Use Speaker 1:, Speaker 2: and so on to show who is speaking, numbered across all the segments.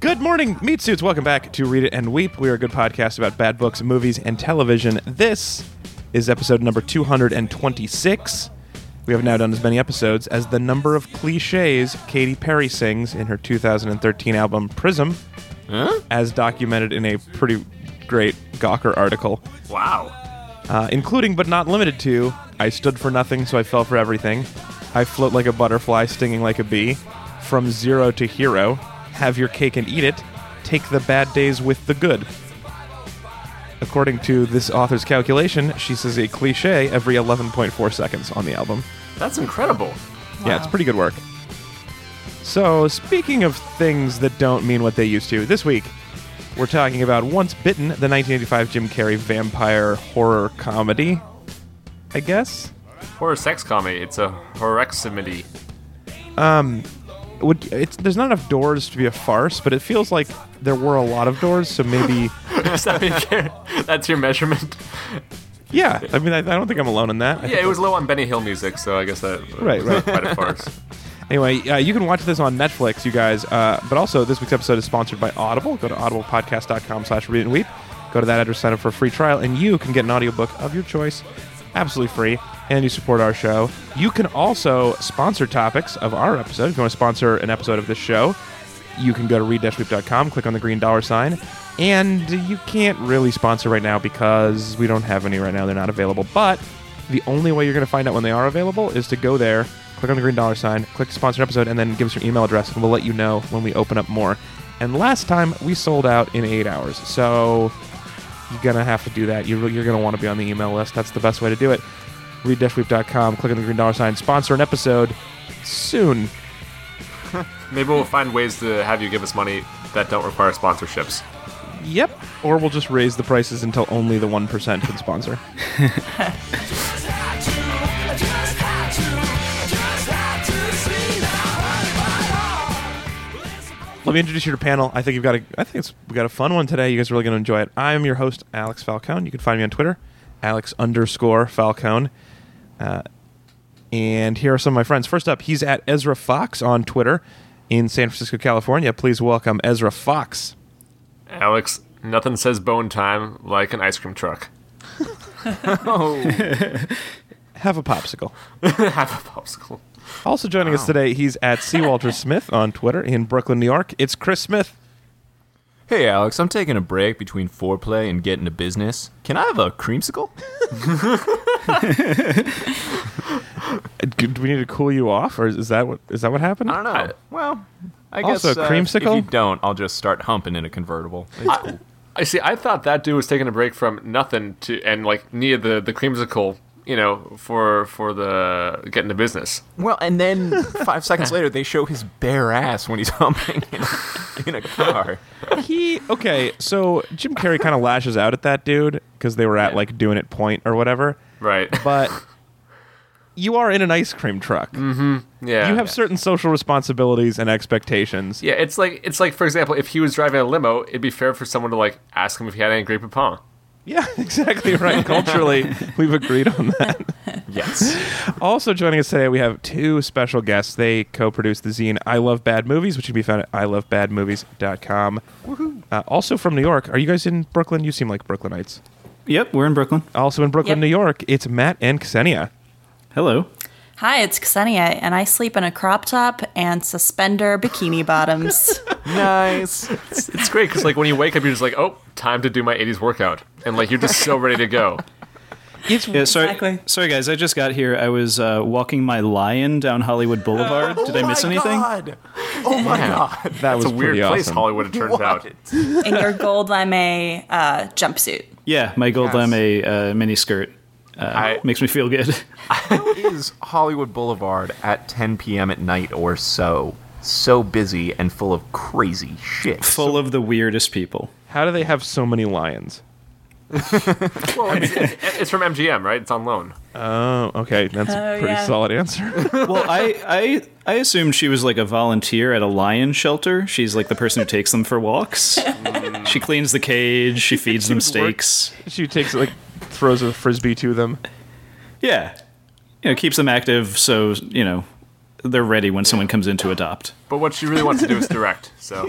Speaker 1: Good morning, meat suits. Welcome back to Read It and Weep. We are a good podcast about bad books, movies, and television. This is episode number 226. We have now done as many episodes as the number of cliches Katy Perry sings in her 2013 album Prism,
Speaker 2: Huh?
Speaker 1: as documented in a pretty great Gawker article,
Speaker 2: Wow.
Speaker 1: uh, including but not limited to I stood for nothing, so I fell for everything. I float like a butterfly, stinging like a bee. From zero to hero. Have your cake and eat it. Take the bad days with the good. According to this author's calculation, she says a cliche every 11.4 seconds on the album.
Speaker 2: That's incredible.
Speaker 1: Yeah, it's pretty good work. So, speaking of things that don't mean what they used to, this week we're talking about Once Bitten, the 1985 Jim Carrey vampire horror comedy, I guess.
Speaker 2: Horror sex comedy. It's a horreximity.
Speaker 1: Would, it's, there's not enough doors to be a farce, but it feels like there were a lot of doors, so maybe.
Speaker 2: Does that mean you're- that's your measurement?
Speaker 1: Yeah, I mean, I, I don't think I'm alone in that. I
Speaker 2: Yeah, it was low on Benny Hill music, so I guess that
Speaker 1: Right,
Speaker 2: was
Speaker 1: right.
Speaker 2: quite a farce.
Speaker 1: Anyway, uh, you can watch this on Netflix, you guys. Uh, but also, this week's episode is sponsored by Audible. Go to audiblepodcast.com slash read and weep. Go to that address, sign up for a free trial, and you can get an audiobook of your choice absolutely free, and you support our show. You can also sponsor topics of our episode. If you want to sponsor an episode of this show, you can go to read-weep.com, click on the green dollar sign, and you can't really sponsor right now because we don't have any right now. They're not available. But the only way you're going to find out when they are available is to go there, click on the green dollar sign, click sponsor an episode, and then give us your email address, and we'll let you know when we open up more. And last time we sold out in eight hours, so you're going to have to do that. You're, you're going to want to be on the email list. That's the best way to do it. Read-weep.com, click on the green dollar sign, sponsor an episode soon.
Speaker 2: Maybe we'll find ways to have you give us money that don't require sponsorships.
Speaker 1: Yep. Or we'll just raise the prices until only the 1% can sponsor. Let me introduce you to the panel. I think you've got a I think it's we got a fun one today. You guys are really gonna enjoy it. I'm your host, Alex Falcone. You can find me on Twitter, Alex underscore Falcone. Uh, and here are some of my friends. First up, he's at Ezra Fox on Twitter in San Francisco, California. Please welcome Ezra Fox.
Speaker 2: Alex, nothing says bone time like an ice cream truck.
Speaker 1: Have a popsicle.
Speaker 2: have a popsicle.
Speaker 1: Also joining us today, he's at C. Walter Smith on Twitter in Brooklyn, New York. It's Chris Smith.
Speaker 3: Hey Alex, I'm taking a break between foreplay and getting to business. Can I have a creamsicle?
Speaker 1: Uh, Do do we need to cool you off, or is that what is that what happened?
Speaker 3: I don't know.
Speaker 4: Oh,
Speaker 3: Uh, well, I
Speaker 1: Also,
Speaker 3: guess uh,
Speaker 1: creamsicle?
Speaker 3: If you don't, I'll just start humping in a convertible.
Speaker 2: I, I see. I thought that dude was taking a break from nothing to and like needed the the creamsicle, you know, for for the getting the business.
Speaker 3: well, and then five seconds later, they show his bare ass when he's humping in a, in a car.
Speaker 1: He okay. So Jim Carrey kind of lashes out at that dude because they were at like doing it point or whatever.
Speaker 2: Right.
Speaker 1: But you are in an ice cream truck.
Speaker 2: Mm-hmm. yeah.
Speaker 1: You have certain social responsibilities and expectations.
Speaker 2: Yeah, it's like it's like for example, if he was driving a limo, it'd be fair for someone to like ask him if he had any grape poupon.
Speaker 1: Yeah, exactly right. Culturally, we've agreed on that.
Speaker 3: Yes.
Speaker 1: Also joining us today, we have two special guests. They co-produce the zine I Love Bad Movies, which can be found at ilovebadmovies.com. Uh, also from New York. Are you guys in Brooklyn? You seem like Brooklynites.
Speaker 4: Yep, we're in Brooklyn.
Speaker 1: Also in Brooklyn,
Speaker 5: Yep.
Speaker 1: New York, it's Matt and Ksenia.
Speaker 4: Hello.
Speaker 5: Hi, it's Ksenia, and I sleep in a crop top and suspender bikini bottoms.
Speaker 3: nice.
Speaker 2: It's, it's great because like when you wake up, you're just like, oh, time to do my '80s workout, and like you're just so ready to go.
Speaker 1: It's
Speaker 4: Yeah, sorry,
Speaker 5: Exactly.
Speaker 4: sorry guys. I just got here. I was uh, walking my lion down Hollywood Boulevard. Did I miss anything?
Speaker 3: Oh God. Oh my
Speaker 2: Yeah.
Speaker 3: god.
Speaker 1: that was
Speaker 2: It's a weird
Speaker 1: pretty
Speaker 2: place
Speaker 1: awesome.
Speaker 2: Hollywood. It turns out.
Speaker 4: Uh,
Speaker 5: in your gold lame uh, jumpsuit.
Speaker 4: Yeah, my gold
Speaker 3: Yes.
Speaker 4: lame uh, mini skirt
Speaker 2: I,
Speaker 4: makes me feel good.
Speaker 3: is Hollywood Boulevard at 10 p.m. at night or so? So busy and full of crazy shit.
Speaker 4: Full of the weirdest people.
Speaker 1: How do they have so many lions?
Speaker 2: well, it's, it's, it's from MGM, right? It's on loan.
Speaker 1: Oh, okay. That's a
Speaker 5: Oh,
Speaker 1: pretty
Speaker 5: yeah.
Speaker 1: solid answer.
Speaker 4: Well, I, I I assumed she was like a volunteer at a lion shelter. She's like the person who takes them for walks. she cleans the cage. Mm. She feeds them
Speaker 1: She would work-
Speaker 4: steaks.
Speaker 1: she takes like throws a frisbee to them.
Speaker 4: Yeah, you know, keeps them active. So you know, they're ready when someone comes in to adopt.
Speaker 2: But what she really wants to do is direct. So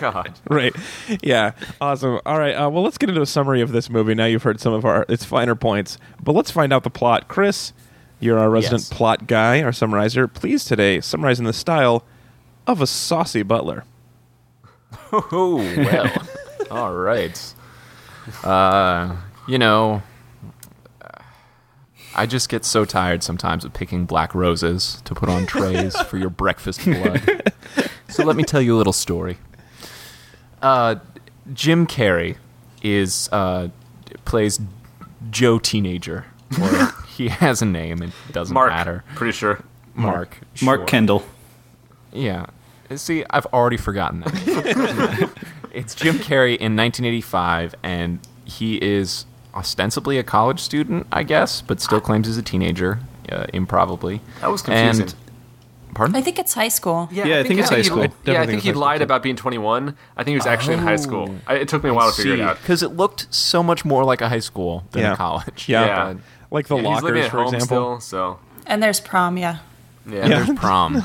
Speaker 3: God.
Speaker 1: right. Yeah. Awesome. All right. Uh, well, let's get into a summary of this movie. Now you've heard some of our its finer points, but let's find out the plot. Chris, you're our resident
Speaker 3: Yes.
Speaker 1: plot guy, our summarizer. Please today summarize in the style of a saucy butler.
Speaker 3: Oh well. All right. Uh, you know, I just get so tired sometimes of picking black roses to put on trays for your breakfast blood. So let me tell you a little story. Uh, Jim Carrey is uh, plays Joe Teenager. Or he has a name. It doesn't
Speaker 2: Mark,
Speaker 3: matter.
Speaker 2: pretty sure.
Speaker 3: Mark.
Speaker 4: Mark
Speaker 3: sure.
Speaker 4: Kendall.
Speaker 3: Yeah. See, I've already forgotten that. it's Jim Carrey in 1985, and he is ostensibly a college student, I guess, but still claims he's a teenager, uh, improbably.
Speaker 2: Ah. That was confusing.
Speaker 3: And, pardon?
Speaker 5: I think it's high school.
Speaker 4: Yeah, I think it's high
Speaker 2: he-
Speaker 4: school.
Speaker 2: yeah, I
Speaker 1: Definitely
Speaker 2: think
Speaker 1: it's
Speaker 2: he
Speaker 1: high school,
Speaker 2: lied
Speaker 1: too.
Speaker 2: about being 21. I think he was actually in high school. I, it took me a while to figure it out.
Speaker 3: Because it looked so much more like a high school than
Speaker 1: yeah.
Speaker 3: a college.
Speaker 1: Yeah.
Speaker 2: Yeah.
Speaker 1: Like the
Speaker 2: And he's living
Speaker 1: lockers,
Speaker 2: at
Speaker 1: for
Speaker 2: home
Speaker 1: example.
Speaker 2: still, so
Speaker 5: And there's prom, yeah.
Speaker 2: yeah.
Speaker 3: And there's prom.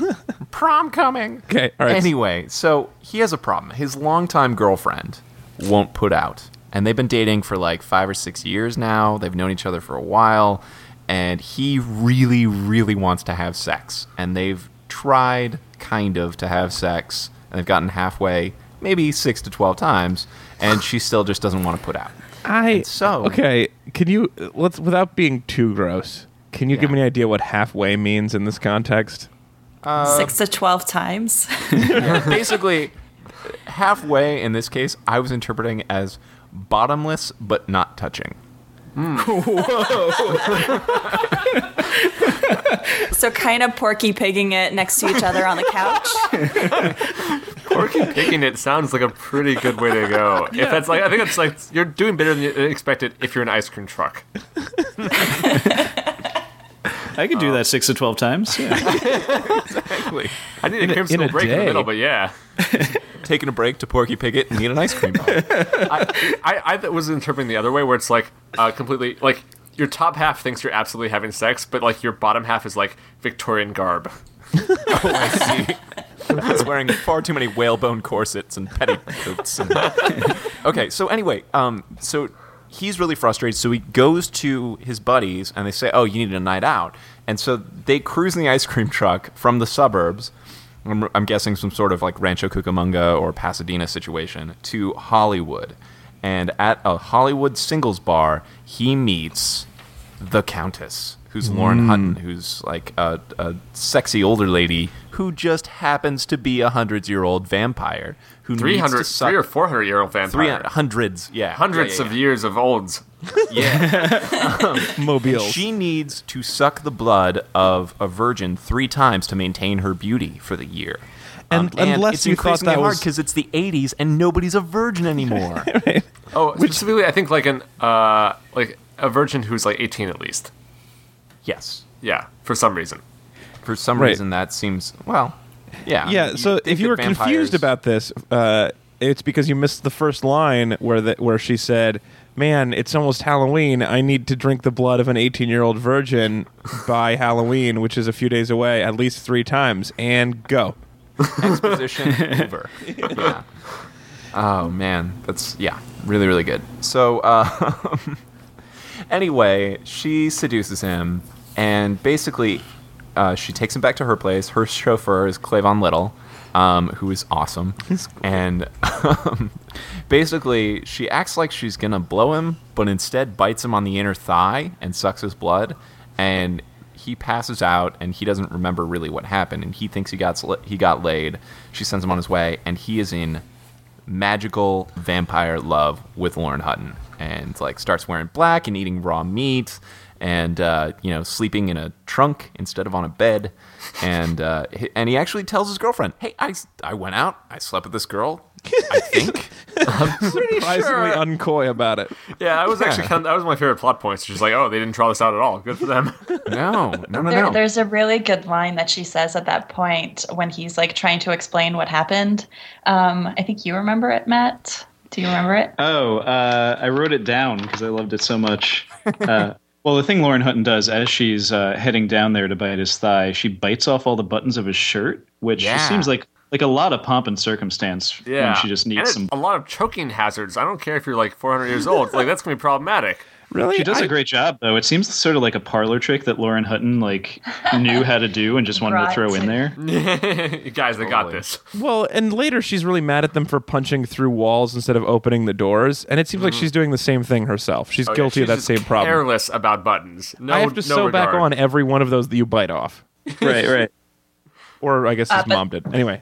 Speaker 3: prom coming.
Speaker 1: Okay. All right.
Speaker 3: Anyway, so he has a problem. His longtime girlfriend won't put out. And they've been dating for like five or six years now. They've known each other for a while. And he really, really wants to have sex. And they've tried kind of to have sex. And they've gotten halfway, maybe six to 12 times. And she still just doesn't want to put out.
Speaker 1: I
Speaker 3: so-
Speaker 1: okay. Can you let's without being too gross? Can you give
Speaker 3: Yeah.
Speaker 1: me an idea what halfway means in this context?
Speaker 5: Six to 12 times.
Speaker 3: Basically, halfway in this case, I was interpreting as bottomless but not touching.
Speaker 5: so kind of porky pigging it next to each other on the couch.
Speaker 2: Porky picking it sounds like a pretty good way to go. If that's like, I think it's like you're doing better than you expected if you're an ice cream truck.
Speaker 4: I could do that six to twelve times. Yeah.
Speaker 2: I need a
Speaker 1: a-
Speaker 2: crimson
Speaker 1: in a
Speaker 2: break in the
Speaker 1: day.
Speaker 2: middle, but yeah,
Speaker 3: taking a break to Porky Pigget and eat an ice cream bar.
Speaker 2: I, I, I th- was interpreting the other way where it's like uh, completely like your top half thinks you're absolutely having sex, but like your bottom half is like Victorian garb.
Speaker 3: It's wearing far too many whalebone corsets and petticoats. and- okay, so anyway, um, so he's really frustrated. So he goes to his buddies and they say, "Oh, you need a night out." And so they cruise in the ice cream truck from the suburbs. I'm, I'm guessing some sort of like Rancho Cucamonga or Pasadena situation to Hollywood. And at a Hollywood singles bar, he meets the Countess, who's Lauren Hutton, who's like a, a sexy older lady who just happens to be a hundreds year old vampire who
Speaker 2: 300,
Speaker 3: needs to suck
Speaker 2: three or 400 year old vampire.
Speaker 3: three hundreds, yeah,
Speaker 2: Hundreds
Speaker 3: yeah,
Speaker 2: of years of olds.
Speaker 3: yeah, yeah.
Speaker 1: Mobile.
Speaker 3: She needs to suck the blood of a virgin three times to maintain her beauty for the year. Um,
Speaker 1: And- unless
Speaker 3: it's
Speaker 1: you thought
Speaker 3: increasingly
Speaker 1: that
Speaker 3: hard
Speaker 1: was-
Speaker 3: because it's the '80s and nobody's a virgin anymore.
Speaker 2: Oh, specifically, I think like an uh, like a virgin who's like 18 at least.
Speaker 3: yes,
Speaker 2: Yeah, for some reason.
Speaker 3: for some
Speaker 1: Right.
Speaker 3: reason that seems well. Yeah,
Speaker 1: yeah. So
Speaker 3: think
Speaker 1: if you
Speaker 3: that
Speaker 1: were
Speaker 3: vampires-
Speaker 1: confused about this, uh, it's because you missed the first line where the, where she said, "Man, it's almost Halloween. I need to drink the blood of an 18 year old virgin by Halloween, which is a few days away, at least three times, and go."
Speaker 3: exposition over. Yeah. Oh man, that's yeah, really really good. So uh, anyway, she seduces him, and basically, uh, she takes him back to her place. Her chauffeur is Clavon Little, um, who is awesome, and um, basically, she acts like she's gonna blow him, but instead bites him on the inner thigh and sucks his blood, and he passes out and he doesn't remember really what happened and he thinks he got sl- he got laid. She sends him on his way and he is in magical vampire love with Lauren Hutton and like starts wearing black and eating raw meat and uh, you know sleeping in a trunk instead of on a bed and uh, h- and he actually tells his girlfriend, "Hey, I s- I went out. I slept with this girl." I think.
Speaker 1: Surprisingly
Speaker 2: sure.
Speaker 1: uncoy about it.
Speaker 2: Yeah, I was actually kind of, that was my favorite plot points. She's like, oh, they didn't draw this out at all. Good for them.
Speaker 3: No, no, no,
Speaker 6: There,
Speaker 3: no.
Speaker 6: There's a really good line that she says at that point when he's like trying to explain what happened. Um, I think you remember it, Matt. Do you remember it?
Speaker 4: Oh, uh, I wrote it down because I loved it so much. Uh, Well, the thing Lauren Hutton does as she's uh, heading down there to bite his thigh, she bites off all the buttons of his shirt, which
Speaker 3: Yeah.
Speaker 4: seems like like a lot of pomp and circumstance.
Speaker 2: Yeah,
Speaker 4: when she just
Speaker 2: And
Speaker 4: needs
Speaker 2: it-
Speaker 4: some.
Speaker 2: a lot of choking hazards. I don't care if you're like 400 years old. Like that's gonna be problematic.
Speaker 1: Really?
Speaker 4: She does
Speaker 1: I-
Speaker 4: a great job, though. It seems sort of like a parlor trick that Lauren Hutton like knew how to do and just wanted to
Speaker 6: Right.
Speaker 4: throw in there.
Speaker 2: You guys, they got
Speaker 3: Totally.
Speaker 2: this.
Speaker 1: Well, and later she's really mad at them for punching through walls instead of opening the doors, and it seems like she's doing the same thing herself. She's
Speaker 2: Mm-hmm. Oh, yeah,
Speaker 1: guilty
Speaker 2: she's
Speaker 1: of that
Speaker 2: just
Speaker 1: same problem.
Speaker 2: Careless about buttons. No,
Speaker 1: I have to
Speaker 2: no
Speaker 1: sew
Speaker 2: regard.
Speaker 1: back on every one of those that you bite off,
Speaker 4: right, right.
Speaker 1: or I guess his
Speaker 6: Uh, but-
Speaker 1: mom did. Anyway,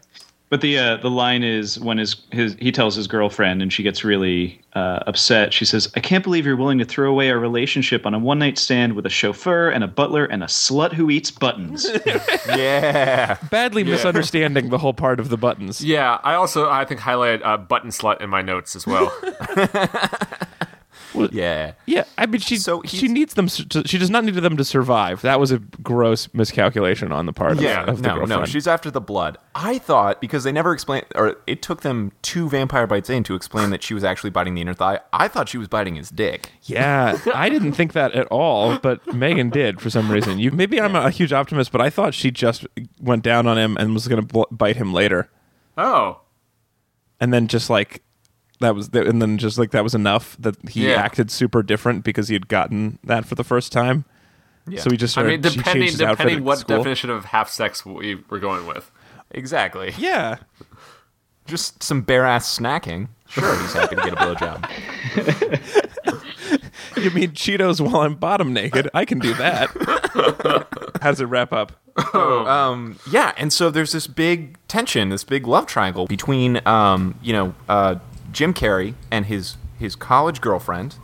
Speaker 4: But the uh, the line is when his, his he tells his girlfriend and she gets really uh, upset. She says, "I can't believe you're willing to throw away our relationship on a one night stand with a chauffeur and a butler and a slut who eats buttons."
Speaker 3: Yeah.
Speaker 1: badly misunderstanding the whole part of the buttons.
Speaker 2: Yeah, I also I think highlighted uh, button slut in my notes as well.
Speaker 3: Yeah.
Speaker 1: Yeah, I mean she
Speaker 3: So
Speaker 1: she
Speaker 3: he's-
Speaker 1: needs them. s- To, she does not need them to survive. That was a gross miscalculation on the part
Speaker 3: Yeah,
Speaker 1: of, of the
Speaker 3: no, no,
Speaker 1: girlfriend.
Speaker 3: she's after the blood. I thought because they never explained, or it took them two vampire bites in to explain that she was actually biting the inner thigh. I thought she was biting his dick.
Speaker 1: yeah, I didn't think that at all, but Megan did for some reason. You maybe I'm a huge optimist, but I thought she just went down on him and was going to bl- bite him later,
Speaker 2: oh,
Speaker 1: and then just like that was, the, and then just like that was enough that he
Speaker 2: Yeah.
Speaker 1: acted super different because he had gotten that for the first time. So he just
Speaker 2: I
Speaker 1: started,
Speaker 2: mean,
Speaker 1: she changed
Speaker 2: depending
Speaker 1: his outfit
Speaker 2: depending
Speaker 1: at
Speaker 2: what
Speaker 1: school.
Speaker 2: definition of half sex we were going with.
Speaker 3: Exactly.
Speaker 1: Yeah,
Speaker 3: Just some bare ass snacking. Sure, he's happy to get a blowjob.
Speaker 1: you mean Cheetos while I'm bottom naked? I can do that. How does it wrap up?
Speaker 3: Um, yeah, and so there's this big tension, this big love triangle between um, you know uh, Jim Carrey and his his college girlfriend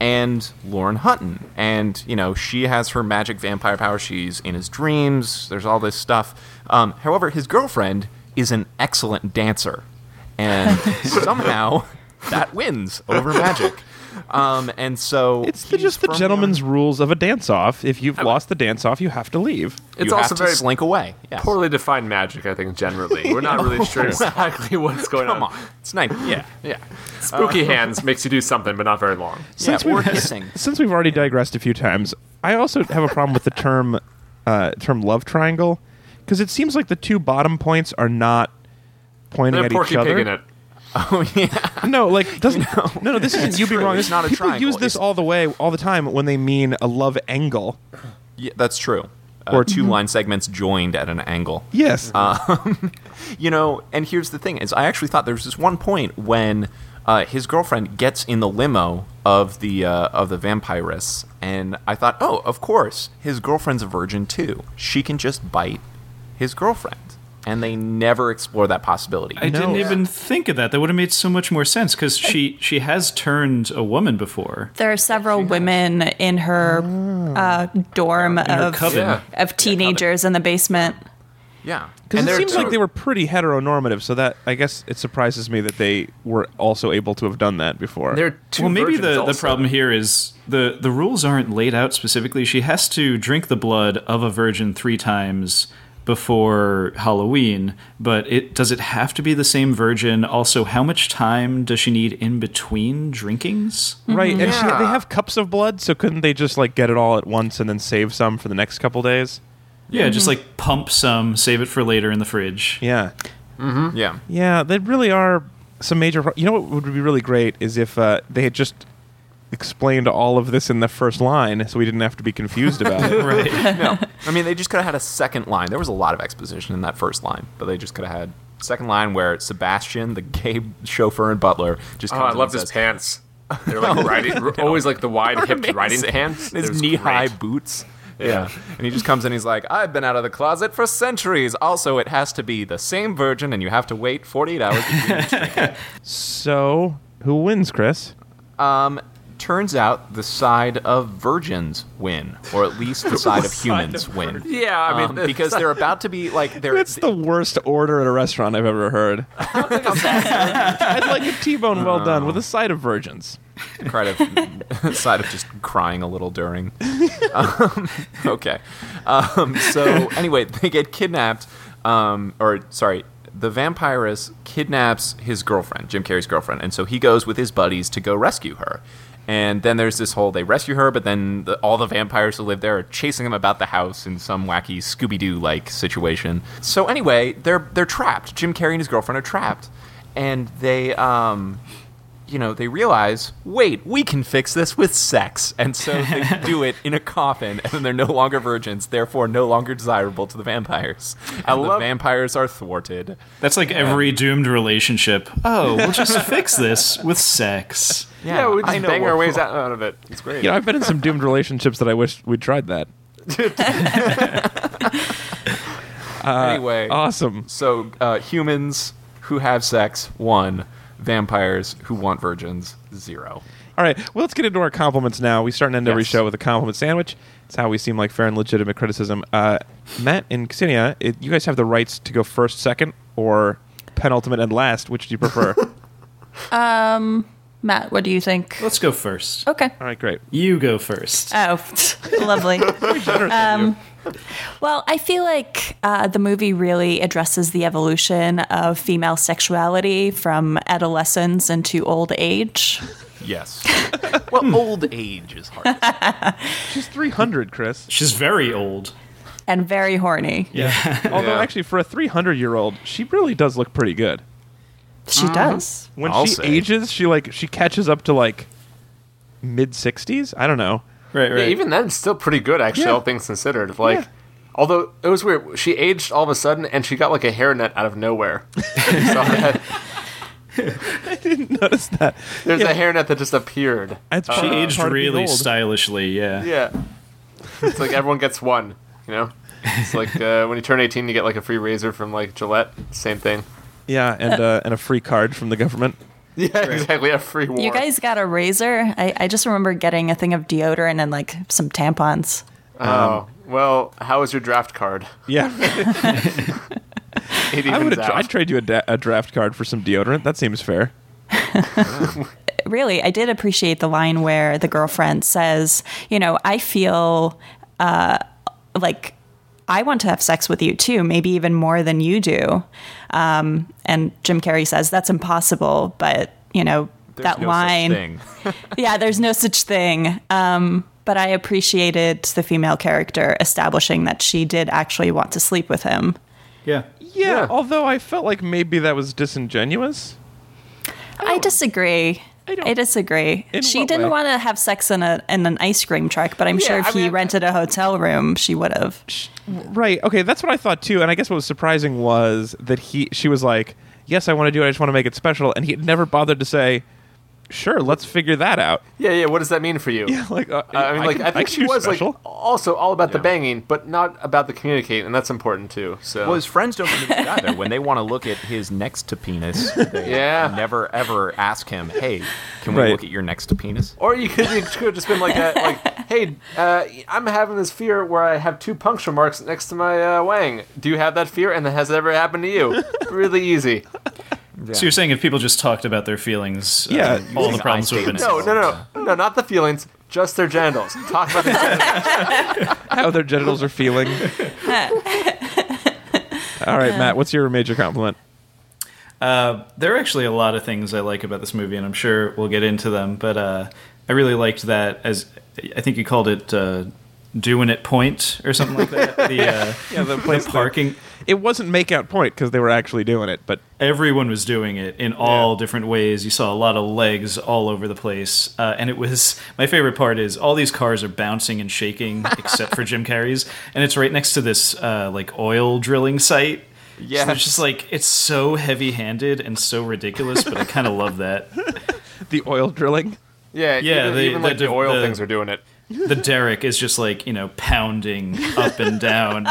Speaker 3: and Lauren Hutton, and you know she has her magic vampire power. She's in his dreams. There's all this stuff. Um, however, his girlfriend is an excellent dancer, and somehow that wins over magic. Um, and so
Speaker 1: It's the,
Speaker 3: he's
Speaker 1: just the
Speaker 3: from-
Speaker 1: gentleman's rules of a dance off. If you've lost the dance off, you have to leave.
Speaker 3: You
Speaker 2: It's
Speaker 3: have
Speaker 2: also
Speaker 3: to
Speaker 2: very
Speaker 3: slink away. Yes.
Speaker 2: poorly defined magic. I think generally we're not really sure exactly what's going
Speaker 3: Come
Speaker 2: on.
Speaker 3: on, it's nine. Yeah, yeah.
Speaker 2: Spooky hands makes you do something, but not very long.
Speaker 1: Since
Speaker 3: yeah,
Speaker 1: we-
Speaker 3: we're kissing.
Speaker 1: Since we've already digressed a few times, I also have a problem with the term uh, term love triangle because it seems like the two bottom points are not pointing
Speaker 2: They're
Speaker 1: at
Speaker 2: porky
Speaker 1: each other.
Speaker 2: pig in it.
Speaker 3: Oh yeah.
Speaker 1: No, like doesn't no no this isn't you be
Speaker 3: true.
Speaker 1: wrong.
Speaker 3: It's
Speaker 1: This-
Speaker 3: not a
Speaker 1: people use
Speaker 3: triangle.
Speaker 1: this
Speaker 3: It's-
Speaker 1: all the way all the time when they mean a love angle.
Speaker 3: Yeah, that's true.
Speaker 1: Or-
Speaker 3: or 2 line segments joined at an angle.
Speaker 1: Yes.
Speaker 3: Uh, You know, and here's the thing: is I actually thought there was this one point when uh, his girlfriend gets in the limo of the uh, of the vampiress, and I thought, oh, of course, his girlfriend's a virgin too. She can just bite his girlfriend, and they never explore that possibility.
Speaker 4: I
Speaker 1: No.
Speaker 4: didn't even think of that. That would have made so much more sense because she she has turned a woman before.
Speaker 5: There are several women in her uh, dorm
Speaker 4: her
Speaker 5: of,
Speaker 4: coven. Yeah.
Speaker 5: of teenagers in the basement.
Speaker 3: yeah,
Speaker 1: Because it
Speaker 3: they're
Speaker 1: seems like
Speaker 3: too-
Speaker 1: they were pretty heteronormative, so that I guess it surprises me that they were also able to have done that before.
Speaker 2: They're two
Speaker 4: well, maybe
Speaker 2: virgins
Speaker 4: the, the
Speaker 2: also.
Speaker 4: problem here is the the rules aren't laid out specifically. She has to drink the blood of a virgin three times before Halloween, but it does it have to be the same virgin? Also, how much time does she need in between drinkings?
Speaker 1: Right, and she,
Speaker 3: Yeah.
Speaker 1: they have cups of blood, so couldn't they just like get it all at once and then save some for the next couple days?
Speaker 4: Yeah, just like pump some, save it for later in the fridge.
Speaker 1: Yeah,
Speaker 3: yeah.
Speaker 1: yeah, they really are some major. Pro- you know what would be really great is if uh, they had just explained all of this in the first line, so we didn't have to be confused about it.
Speaker 4: Right.
Speaker 3: No, I mean they just could have had a second line. There was a lot of exposition in that first line, but they just could have had second line where Sebastian, the gay chauffeur and butler, just.
Speaker 2: Oh,
Speaker 3: comes
Speaker 2: I
Speaker 3: in
Speaker 2: love
Speaker 3: and
Speaker 2: his
Speaker 3: says,
Speaker 2: pants. They're like riding, always like the wide hipped riding pants. It
Speaker 3: His
Speaker 2: was
Speaker 3: knee high
Speaker 2: great.
Speaker 3: boots. Yeah. and he just comes in. He's like, "I've been out of the closet for centuries." Also, it has to be the same virgin, and you have to wait 48 hours. Between each drink.
Speaker 1: so who wins, Chris?
Speaker 3: um, turns out the side of virgins win, or at least the side of humans win.
Speaker 2: Yeah, I mean,
Speaker 3: Um, because they're about to be like they're
Speaker 1: That's the worst order at a restaurant I've ever heard. I'd like a T-bone well done with a side of virgins.
Speaker 3: kind of side of just crying a little during. Um, okay. Um, so anyway, they get kidnapped. Um, or sorry, the vampirist kidnaps his girlfriend, Jim Carrey's girlfriend, and so he goes with his buddies to go rescue her. And then there's this whole they rescue her, but then the, all the vampires who live there are chasing them about the house in some wacky Scooby Doo like situation. So anyway, they're they're trapped. Jim Carrey and his girlfriend are trapped, and they um, you know, they realize, wait, we can fix this with sex. And so they do it in a coffin, and then they're no longer virgins, therefore no longer desirable to the vampires. And the vampires are thwarted.
Speaker 4: That's like every doomed relationship. Oh, we'll just fix this with sex.
Speaker 2: Yeah, we
Speaker 3: I
Speaker 2: just
Speaker 3: know
Speaker 2: bang our
Speaker 3: we're
Speaker 2: ways
Speaker 3: cool.
Speaker 2: out, out of it. It's great.
Speaker 1: You know, I've been in some doomed relationships that I wish we'd tried that.
Speaker 3: anyway,
Speaker 1: Awesome.
Speaker 3: Uh, so uh, humans who have sex, one. Vampires who want virgins, zero.
Speaker 1: All right, well, let's get into our compliments now. We start and end every
Speaker 3: Yes.
Speaker 1: show with a compliment sandwich. It's how we seem like fair and legitimate criticism. Uh, Matt and Ksenia, it, you guys have the rights to go first, second, or penultimate and last. Which do you prefer? All
Speaker 5: Matt, what do you think?
Speaker 4: Let's go first.
Speaker 5: Okay.
Speaker 1: right, great.
Speaker 4: You go first.
Speaker 5: Oh, lovely. um, well, I feel like uh, the movie really addresses the evolution of female sexuality from adolescence into old age.
Speaker 3: Yes. well, old age is hard. to say.
Speaker 1: She's 300, Chris.
Speaker 4: She's very old.
Speaker 5: And very horny.
Speaker 1: Although,
Speaker 2: Yeah.
Speaker 1: actually, for a 300 year old, she really does look pretty good.
Speaker 5: She does.
Speaker 1: When
Speaker 3: I'll
Speaker 1: she
Speaker 3: say.
Speaker 1: ages, she like she catches up to like mid 60s. I don't know.
Speaker 4: Right,
Speaker 2: Yeah,
Speaker 4: right.
Speaker 2: even then, it's still pretty good, actually,
Speaker 1: Yeah.
Speaker 2: all things considered. Like, although it was weird, she aged all of a sudden, and she got like a hairnet out of nowhere. So I-
Speaker 1: Didn't notice that.
Speaker 2: there's a hairnet that just appeared.
Speaker 1: That's
Speaker 4: she
Speaker 1: part-
Speaker 4: aged
Speaker 1: part of being
Speaker 4: really
Speaker 1: old.
Speaker 4: stylishly, yeah.
Speaker 2: Yeah, it's like everyone gets one. You know, it's like uh, when you turn 18, you get like a free razor from like Gillette. Same thing.
Speaker 1: Yeah, and uh, and a free card from the government.
Speaker 2: Yeah, exactly. A free war.
Speaker 5: You guys got a razor? I, I just remember getting a thing of deodorant and like some tampons.
Speaker 2: Oh well, how was your draft card?
Speaker 1: Yeah.
Speaker 2: It
Speaker 1: I would
Speaker 2: evens out.
Speaker 1: I'd trade you a, da- a draft card for some deodorant. That seems fair.
Speaker 5: really, I did appreciate the line where the girlfriend says, you know, I feel uh, like I want to have sex with you too, maybe even more than you do. Um, and Jim Carrey says, that's impossible. But, you know,
Speaker 3: There's
Speaker 5: that
Speaker 3: no such
Speaker 5: line.
Speaker 3: thing.
Speaker 5: Yeah, there's no such thing. Um, but I appreciated the female character establishing that she did actually want to sleep with him.
Speaker 4: Yeah.
Speaker 1: Yeah,
Speaker 2: Yeah.
Speaker 1: although I felt like maybe that was disingenuous.
Speaker 5: I disagree.
Speaker 1: I
Speaker 5: I,
Speaker 1: don't-
Speaker 5: disagree.
Speaker 1: In
Speaker 5: She
Speaker 1: what
Speaker 5: didn't
Speaker 1: way?
Speaker 5: want to have sex in a in an ice cream truck, but I'm sure if
Speaker 2: I
Speaker 5: he
Speaker 2: mean-
Speaker 5: rented a hotel room, she would have.
Speaker 1: Right. Okay, that's what I thought too. And I guess what was surprising was that he she was like, "Yes, I want to do it. I just want to make it special." And he had never bothered to say, "Sure, let's figure that out."
Speaker 2: Yeah, yeah. What does that mean for you?
Speaker 1: Yeah, like uh,
Speaker 2: I mean, like
Speaker 1: can-
Speaker 2: I think
Speaker 1: can
Speaker 2: she
Speaker 1: do
Speaker 2: was
Speaker 1: special.
Speaker 2: like also all about the banging, but not about the communicating, and that's important too. So
Speaker 3: Well, his friends don't communicate either. When they want to look at his next to penis, they
Speaker 2: Yeah.
Speaker 3: never ever ask him, "Hey, can we
Speaker 1: Right.
Speaker 3: look at your next to penis?"
Speaker 2: or you could you could have just been like, a, like, hey, uh, I'm having this fear where I have two puncture marks next to my uh, wang. Do you have that fear? And has it ever happened to you? really easy.
Speaker 4: So you're saying if people just talked about their feelings, uh,
Speaker 1: Yeah.
Speaker 4: all the problems would have been
Speaker 2: No, no, no, no, not the feelings, just their genitals. Talk about the genitals.
Speaker 1: how their genitals are feeling. All right, Matt, what's your major compliment?
Speaker 4: there are actually a lot of things I like about this movie, and I'm sure we'll get into them. But uh, I really liked that as I think you called it uh, "doing it point" or something like that. The, uh,
Speaker 1: Yeah, the
Speaker 4: the
Speaker 1: place
Speaker 4: parking.
Speaker 1: It wasn't make out point because they were actually doing it, but
Speaker 4: Everyone was doing it in all different ways. You saw a lot of legs all over the place, uh, and it was my favorite part is all these cars are bouncing and shaking, except for Jim Carrey's, and it's right next to this uh, like oil drilling site. Yeah, so it's just like it's so heavy-handed and so ridiculous, but I kind of love that.
Speaker 1: the oil drilling.
Speaker 2: Yeah,
Speaker 4: Yeah,
Speaker 2: Even,
Speaker 4: they-
Speaker 2: even
Speaker 4: they
Speaker 2: like the,
Speaker 4: do-
Speaker 2: oil
Speaker 4: the-
Speaker 2: things are doing it.
Speaker 4: the derrick is just like you know pounding up and down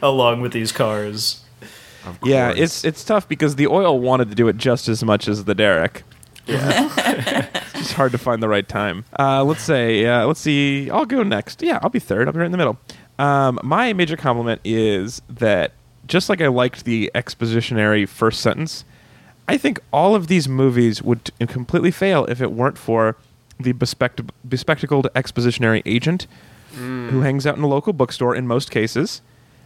Speaker 4: along with these cars
Speaker 1: Yeah,
Speaker 3: course.
Speaker 1: it's it's tough because the oil wanted to do it just as much as the derrick. Yeah, it's hard to find the right time. Uh, let's say, uh, let's see. I'll go next. Yeah, I'll be third. I'll be right in the middle. Um, my major compliment is that just like I liked the expositionary first sentence, I think all of these movies would t- completely fail if it weren't for the bespect- bespectacled expositionary agent who hangs out in a local bookstore in most cases.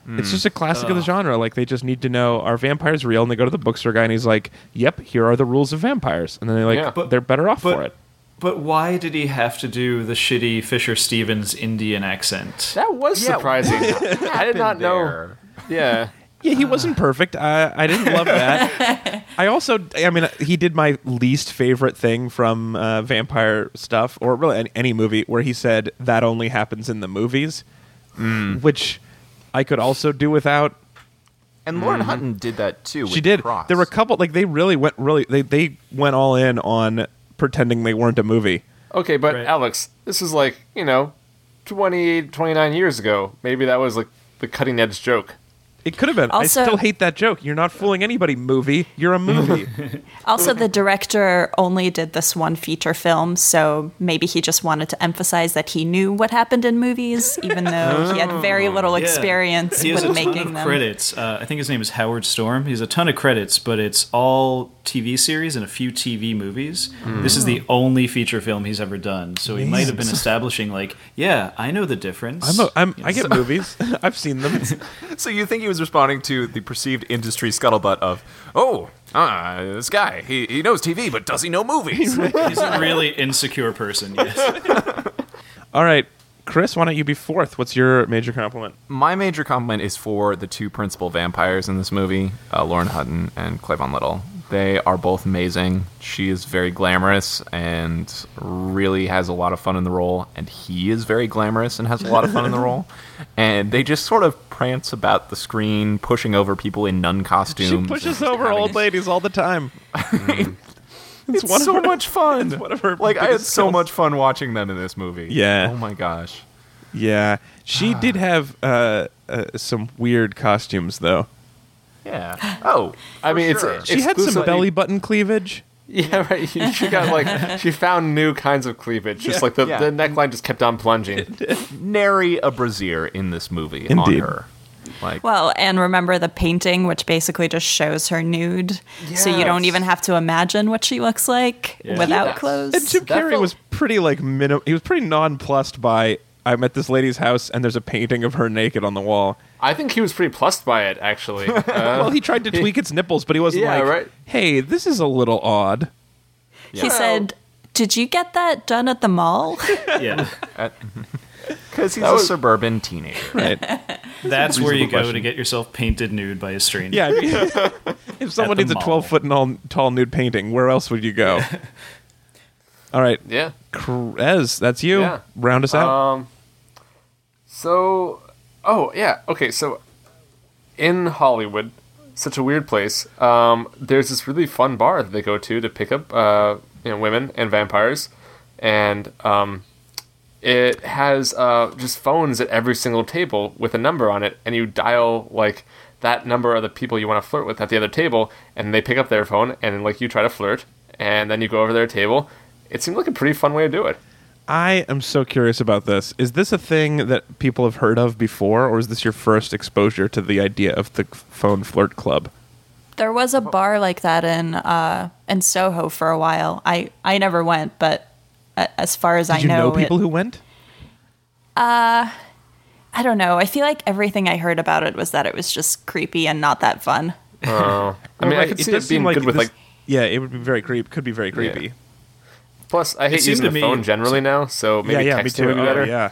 Speaker 1: It's just a classic of the genre. Like they just need to know are vampires real, and they go to the bookstore guy, and he's like, "Yep, here are the rules of vampires," and then they like
Speaker 2: Yeah.
Speaker 1: they're better off
Speaker 4: but
Speaker 1: for it.
Speaker 4: But why did he have to do the shitty Fisher Stevens Indian accent?
Speaker 2: That was surprising. I did not know.
Speaker 3: There.
Speaker 2: Yeah.
Speaker 1: Yeah, he wasn't perfect. I, I didn't love that. I also, I mean, uh, he did my least favorite thing from uh, vampire stuff, or really any, any movie, where he said that only happens in the movies, which I could also do without.
Speaker 3: And Lauren Hutton did that too.
Speaker 1: She
Speaker 3: with
Speaker 1: did.
Speaker 3: Cross.
Speaker 1: There were a couple, like they really went, really they they went all in on pretending they weren't a movie.
Speaker 2: Okay, but
Speaker 4: Right.
Speaker 2: Alex, this is like, you know, 28, 29 years ago. Maybe that was like the cutting edge joke.
Speaker 1: It could have been.
Speaker 5: Also-
Speaker 1: I still hate that joke. You're not fooling anybody, movie. You're a movie.
Speaker 5: Also, the director only did this one feature film, so maybe he just wanted to emphasize that he knew what happened in movies, even though he had very little
Speaker 4: Oh, Yeah.
Speaker 5: experience
Speaker 4: He has
Speaker 5: with
Speaker 4: a ton
Speaker 5: making
Speaker 4: of
Speaker 5: them.
Speaker 4: credits. Uh, I think his name is Howard Storm. He has a ton of credits, but it's all TV series and a few TV movies.
Speaker 1: Hmm.
Speaker 4: This is the only feature film he's ever done, so he might have been establishing like, yeah, I know the difference.
Speaker 1: I'm a, I'm, I get movies. I've seen them.
Speaker 3: So you think he was responding to the perceived industry scuttlebutt of, oh, uh, this guy, he, he knows TV, but does he know movies?
Speaker 4: He's a really insecure person. Yes.
Speaker 1: All right, Chris, why don't you be fourth? What's your major compliment?
Speaker 3: My major compliment is for the two principal vampires in this movie, uh, Lauren Hutton and Clavon Little. They are both amazing. She is very glamorous and really has a lot of fun in the role, and he is very glamorous and has a lot of fun in the role. And they just sort of prance about the screen, pushing over people in nun costumes.
Speaker 1: She
Speaker 3: and
Speaker 1: pushes
Speaker 3: just
Speaker 1: over
Speaker 3: having
Speaker 1: old
Speaker 3: a-
Speaker 1: ladies all the time.
Speaker 3: It's,
Speaker 1: one of
Speaker 3: so
Speaker 1: her-
Speaker 3: much fun.
Speaker 1: it's one of her
Speaker 3: like I had
Speaker 1: biggest
Speaker 3: so
Speaker 1: skills.
Speaker 3: much fun watching them in this movie.
Speaker 1: Yeah.
Speaker 3: Oh my gosh.
Speaker 1: Yeah, she did have uh, uh, some weird costumes though.
Speaker 3: Yeah. Oh.
Speaker 2: I
Speaker 3: for
Speaker 2: mean, it's-
Speaker 3: sure.
Speaker 2: it's-
Speaker 1: She had some
Speaker 2: Exclusively-
Speaker 1: belly button cleavage.
Speaker 2: Yeah, right. She got like, she found new kinds of cleavage. Just like the,
Speaker 3: Yeah.
Speaker 2: the neckline just kept on plunging.
Speaker 3: nary a brassiere in this movie on
Speaker 1: Indeed.
Speaker 3: her. Like
Speaker 5: Well, and remember the painting, which basically just shows her nude, so you don't
Speaker 2: Yes.
Speaker 5: even have to imagine what she looks like
Speaker 4: Yeah.
Speaker 5: without
Speaker 2: Yes.
Speaker 5: clothes.
Speaker 1: And Jim
Speaker 2: That
Speaker 1: Carrey
Speaker 2: felt-
Speaker 1: was pretty like minim. He was pretty nonplussed by. I'm at this lady's house and there's a painting of her naked on the wall.
Speaker 2: I think he was pretty plussed by it, actually. Uh,
Speaker 1: well, he tried to tweak its nipples, but he wasn't
Speaker 2: Yeah,
Speaker 1: like,
Speaker 2: right.
Speaker 1: "Hey, this is a little odd."
Speaker 5: He said, "Did you get that done at the mall?"
Speaker 4: Yeah.
Speaker 3: because he's
Speaker 2: That
Speaker 3: a
Speaker 2: was-
Speaker 3: suburban teenager.
Speaker 1: Right?
Speaker 4: That's where you go
Speaker 3: question.
Speaker 4: to get yourself painted nude by a stranger.
Speaker 1: yeah. I mean, if someone
Speaker 4: the
Speaker 1: needs a
Speaker 4: mall.
Speaker 1: 12 foot tall, tall nude painting, where else would you go? All right,
Speaker 2: yeah.
Speaker 1: Krez, that's you.
Speaker 2: Yeah.
Speaker 1: Round us out.
Speaker 2: Um, so, oh yeah, okay. So, in Hollywood, such a weird place. Um, there's this really fun bar that they go to to pick up, uh, you know, women and vampires, and um, it has uh, just phones at every single table with a number on it, and you dial like that number of the people you want to flirt with at the other table, and they pick up their phone, and like you try to flirt, and then you go over their table. It seemed like a pretty fun way to do it.
Speaker 1: I am so curious about this. Is this a thing that people have heard of before, or is this your first exposure to the idea of the phone flirt club?
Speaker 5: There
Speaker 1: Oh.
Speaker 5: was a bar like that in uh, in Soho for a while. I I never went, but uh, as far as I
Speaker 1: Did you know,
Speaker 5: know,
Speaker 1: people
Speaker 5: it-
Speaker 1: who went?
Speaker 5: I don't know. I feel like everything I heard about it was that it was just creepy and not that fun.
Speaker 2: Oh. I mean, I
Speaker 1: Right,
Speaker 2: could
Speaker 1: it
Speaker 2: see
Speaker 1: does
Speaker 2: it being
Speaker 1: seem
Speaker 2: good with
Speaker 1: this-
Speaker 2: like.
Speaker 1: Yeah, it would be very creepy. Could be very creepy.
Speaker 2: Plus, I hate
Speaker 4: seemed
Speaker 2: using
Speaker 4: to
Speaker 2: the
Speaker 4: me-
Speaker 2: phone generally now, so
Speaker 1: Yeah,
Speaker 2: maybe
Speaker 1: yeah, me
Speaker 2: texting would
Speaker 1: too. Oh,
Speaker 2: be better.
Speaker 1: Yeah,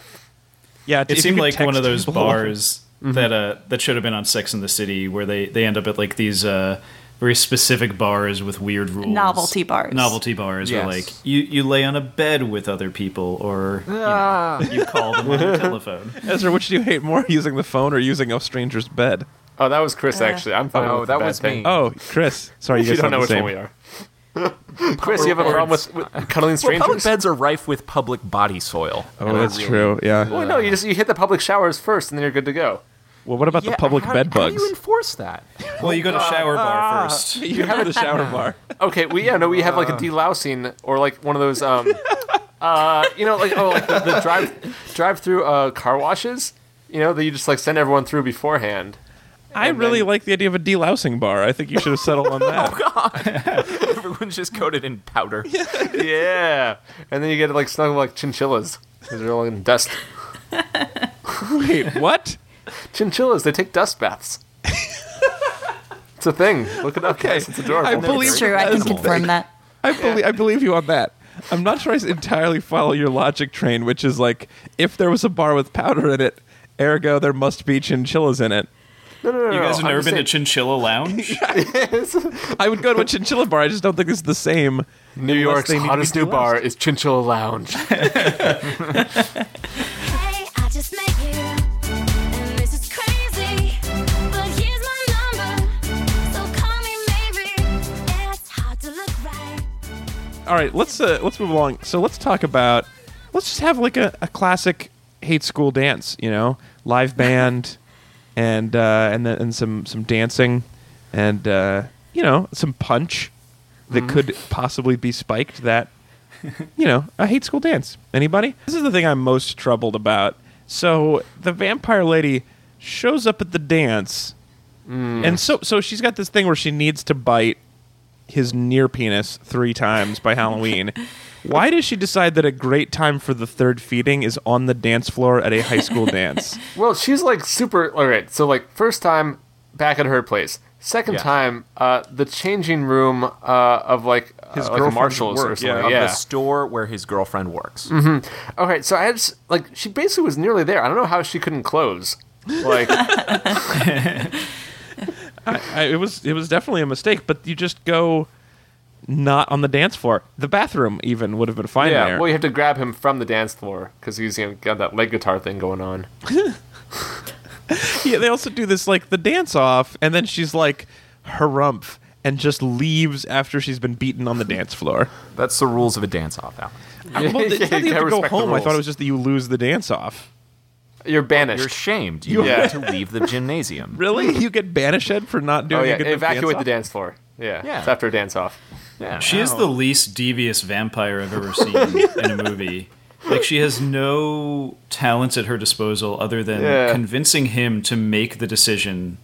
Speaker 1: yeah.
Speaker 4: It
Speaker 1: if
Speaker 4: seemed
Speaker 1: you could
Speaker 4: like one
Speaker 1: text
Speaker 4: of those
Speaker 1: people- Mm-hmm.
Speaker 4: bars that uh, that should have been on Sex in the City, where they they end up at like these uh, very specific bars with weird rules,
Speaker 5: Novelty bars.
Speaker 4: novelty bars, where
Speaker 3: Yes.
Speaker 4: like you you lay on a bed with other people, or you, know,
Speaker 5: Uh.
Speaker 3: Ah.
Speaker 4: you call them on the telephone.
Speaker 1: Ezra, which do you hate more, using the phone or using a stranger's bed?
Speaker 2: Oh, that was Chris actually. I'm fine.
Speaker 3: Oh,
Speaker 2: with the
Speaker 3: that
Speaker 2: bad
Speaker 3: was
Speaker 2: thing.
Speaker 3: me.
Speaker 1: Oh, Chris, sorry, you
Speaker 2: You
Speaker 1: guys
Speaker 2: don't know
Speaker 1: sound the same.
Speaker 2: which one we are. Chris, you have a problem with, with cuddling
Speaker 3: Well,
Speaker 2: strangers?
Speaker 3: public beds are rife with public body soil.
Speaker 1: Oh, that's true. Yeah.
Speaker 2: Well, no, you just you hit the public showers first, and then you're good to go.
Speaker 1: Well, what about the public
Speaker 3: how,
Speaker 1: bed
Speaker 3: how
Speaker 1: bugs?
Speaker 3: do you enforce that?
Speaker 4: Well, you go to
Speaker 1: Uh,
Speaker 4: shower bar first.
Speaker 1: you have the shower bar.
Speaker 2: Okay, well, yeah, no, we have like
Speaker 1: Uh.
Speaker 2: a delousing or like one of those, um, uh, you know, like oh, like the, the drive drive through uh, car washes. You know, that you just like send everyone through beforehand.
Speaker 1: I really like the idea of a delousing bar. I think you should have settled on that.
Speaker 3: Everyone's just coated in powder.
Speaker 2: yeah, and then you get like snuggled like chinchillas because they're all in dust.
Speaker 1: Wait, what?
Speaker 2: Chinchillas, they take dust baths. it's a thing. Look it up, guys. It's adorable.
Speaker 1: I believe
Speaker 5: It's true. I can
Speaker 1: That's-
Speaker 5: confirm that.
Speaker 1: I believe I believe you on that. I'm not sure I s- entirely follow your logic train, which is like if there was a bar with powder in it, ergo there must be chinchillas in it.
Speaker 2: No, no, no.
Speaker 4: You guys have
Speaker 2: no,
Speaker 4: never
Speaker 2: I'm
Speaker 4: been to
Speaker 2: just
Speaker 4: Chinchilla Lounge?
Speaker 2: saying-
Speaker 1: I would go to a chinchilla bar. I just don't think this is the same.
Speaker 2: New York's
Speaker 1: they need to be
Speaker 2: hottest new
Speaker 1: delisted.
Speaker 2: bar is Chinchilla Lounge.
Speaker 7: Hey, I just met you, and this is crazy. But here's my number, so call me maybe. It's hard to look right.
Speaker 1: All right, let's uh, let's move along. So let's talk about let's just have like a, a classic hate school dance. You know, live band and uh, and then and some some dancing and uh, you know some punch that could possibly be spiked. That you know a hate school dance. Anybody? This is the thing I'm most troubled about. So the vampire lady shows up at the dance, and so so she's got this thing where she needs to bite his near penis three times by Halloween. Why does she decide that a great time for the third feeding is on the dance floor at a high school dance?
Speaker 2: Well, she's like super. All right, so like first time back at her place. Second
Speaker 3: Yeah.
Speaker 2: time, uh, the changing room uh, of like
Speaker 1: His
Speaker 2: uh, like a
Speaker 1: girlfriend's
Speaker 2: Marshalls
Speaker 1: work,
Speaker 2: or
Speaker 1: yeah.
Speaker 2: something.
Speaker 1: Of
Speaker 3: The
Speaker 2: Yeah.
Speaker 3: store where his girlfriend works.
Speaker 2: All right, so I just like she basically was nearly there. I don't know how she couldn't close. Like,
Speaker 1: I, it was it was definitely a mistake, but you just go not on the dance floor. The bathroom even would have been fine
Speaker 2: yeah.
Speaker 1: there.
Speaker 2: Well, you have to grab him from the dance floor because he's you know, got that leg guitar thing going on.
Speaker 1: yeah, they also do this like the dance off, and then she's like harumph and just leaves after she's been beaten on the dance floor.
Speaker 3: That's the rules of a dance off, Alan.
Speaker 1: I, well,
Speaker 2: Yeah,
Speaker 1: it's not that
Speaker 2: you
Speaker 1: you have
Speaker 2: gotta
Speaker 1: to go
Speaker 2: respect the
Speaker 1: home. I thought
Speaker 2: rules.
Speaker 1: it was just that you lose the dance off.
Speaker 2: You're banished.
Speaker 3: You're shamed. You
Speaker 2: Yeah.
Speaker 3: have to leave the gymnasium.
Speaker 1: Really? You get banished for not doing
Speaker 2: oh
Speaker 1: a
Speaker 2: yeah,
Speaker 1: good enough
Speaker 2: evacuate
Speaker 1: dance
Speaker 2: the dance floor. Yeah,
Speaker 3: Yeah.
Speaker 2: it's after a dance off.
Speaker 3: Yeah.
Speaker 4: She is the
Speaker 2: Oh.
Speaker 4: least devious vampire I've ever seen in a movie. Like she has no talents at her disposal other than
Speaker 2: Yeah.
Speaker 4: convincing him to make the decision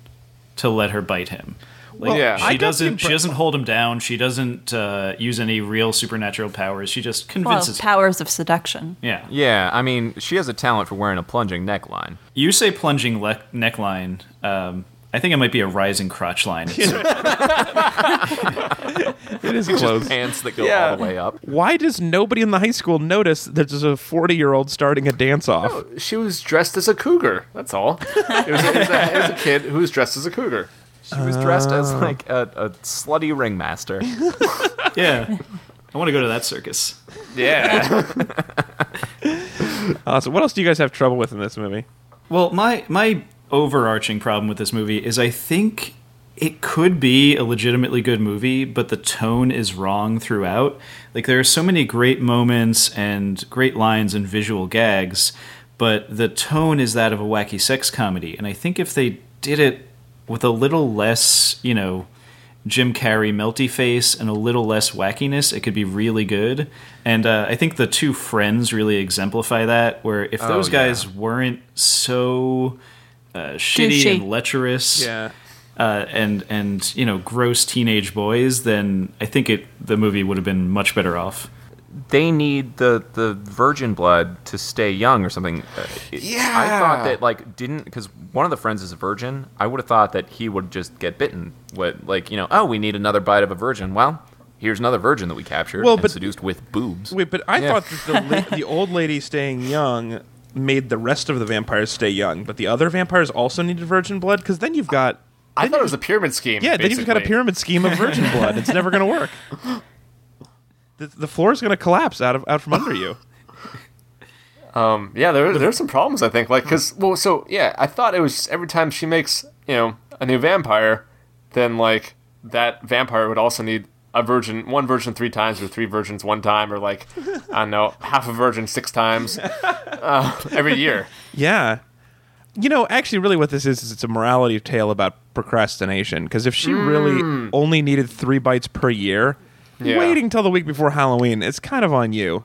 Speaker 4: to let her bite him. Like
Speaker 2: Well, Yeah. I got
Speaker 4: she
Speaker 1: the
Speaker 4: doesn't she
Speaker 1: impre-
Speaker 4: doesn't hold him down. She doesn't uh, use any real supernatural powers. She just
Speaker 5: Well,
Speaker 4: convinces him.
Speaker 5: powers of seduction.
Speaker 4: Yeah.
Speaker 3: Yeah, I mean, she has a talent for wearing a plunging neckline.
Speaker 4: You say plunging le- neckline. Um, I think it might be a rising crotch line. It's-
Speaker 1: It is close.
Speaker 3: Pants that go
Speaker 2: Yeah.
Speaker 3: all the way up.
Speaker 1: Why does nobody in the high school notice that there's a 40 year old starting a dance off?
Speaker 2: She was dressed as a cougar. That's all. It was, it was a, it was a kid who was dressed as a cougar.
Speaker 3: She was dressed as like a, a slutty ringmaster.
Speaker 4: yeah. I want to go to that circus.
Speaker 2: Yeah.
Speaker 1: Awesome. Uh, What else do you guys have trouble with in this movie?
Speaker 4: Well, my my overarching problem with this movie is I think it could be a legitimately good movie, but the tone is wrong throughout. Like there are so many great moments and great lines and visual gags, but the tone is that of a wacky sex comedy. And I think if they did it with a little less, you know, Jim Carrey melty face and a little less wackiness, it could be really good. And uh, I think the two friends really exemplify that. Where if those guys weren't so uh, shitty
Speaker 5: Douchey.
Speaker 4: and lecherous, uh, and and you know gross teenage boys, then I think it the movie would have been much better off.
Speaker 3: they need the, the virgin blood to stay young or something. Uh, it- I
Speaker 2: Yeah.
Speaker 3: thought that like didn't because one of the friends is a virgin. I would have thought that he would just get bitten. What like you know? Oh, we need another bite of a virgin. Well, here's another virgin that we captured
Speaker 1: Well,
Speaker 3: and
Speaker 1: but-
Speaker 3: seduced with boobs.
Speaker 1: Wait, but I thought that the, la- the old lady staying young made the rest of the vampires stay young, but the other vampires also needed virgin blood? Because then you've got.
Speaker 2: I thought it was a pyramid scheme.
Speaker 1: Yeah, then you've got a
Speaker 2: basically.
Speaker 1: pyramid scheme of virgin blood. It's never going to work. The, the floor is going to collapse out, of, out from under you.
Speaker 2: Yeah, there there's some problems I think. Like, cause well, so yeah, I thought it was just every time she makes you know a new vampire, then like that vampire would also need a virgin, one virgin three times, or three virgins one time, or like I don't know, half a virgin six times uh, every year.
Speaker 1: Yeah. You know, actually, really, what this is is it's a morality tale about procrastination. Because if she really only needed three bites per year,
Speaker 2: Yeah.
Speaker 1: waiting till the week before Halloween, it's kind of on you.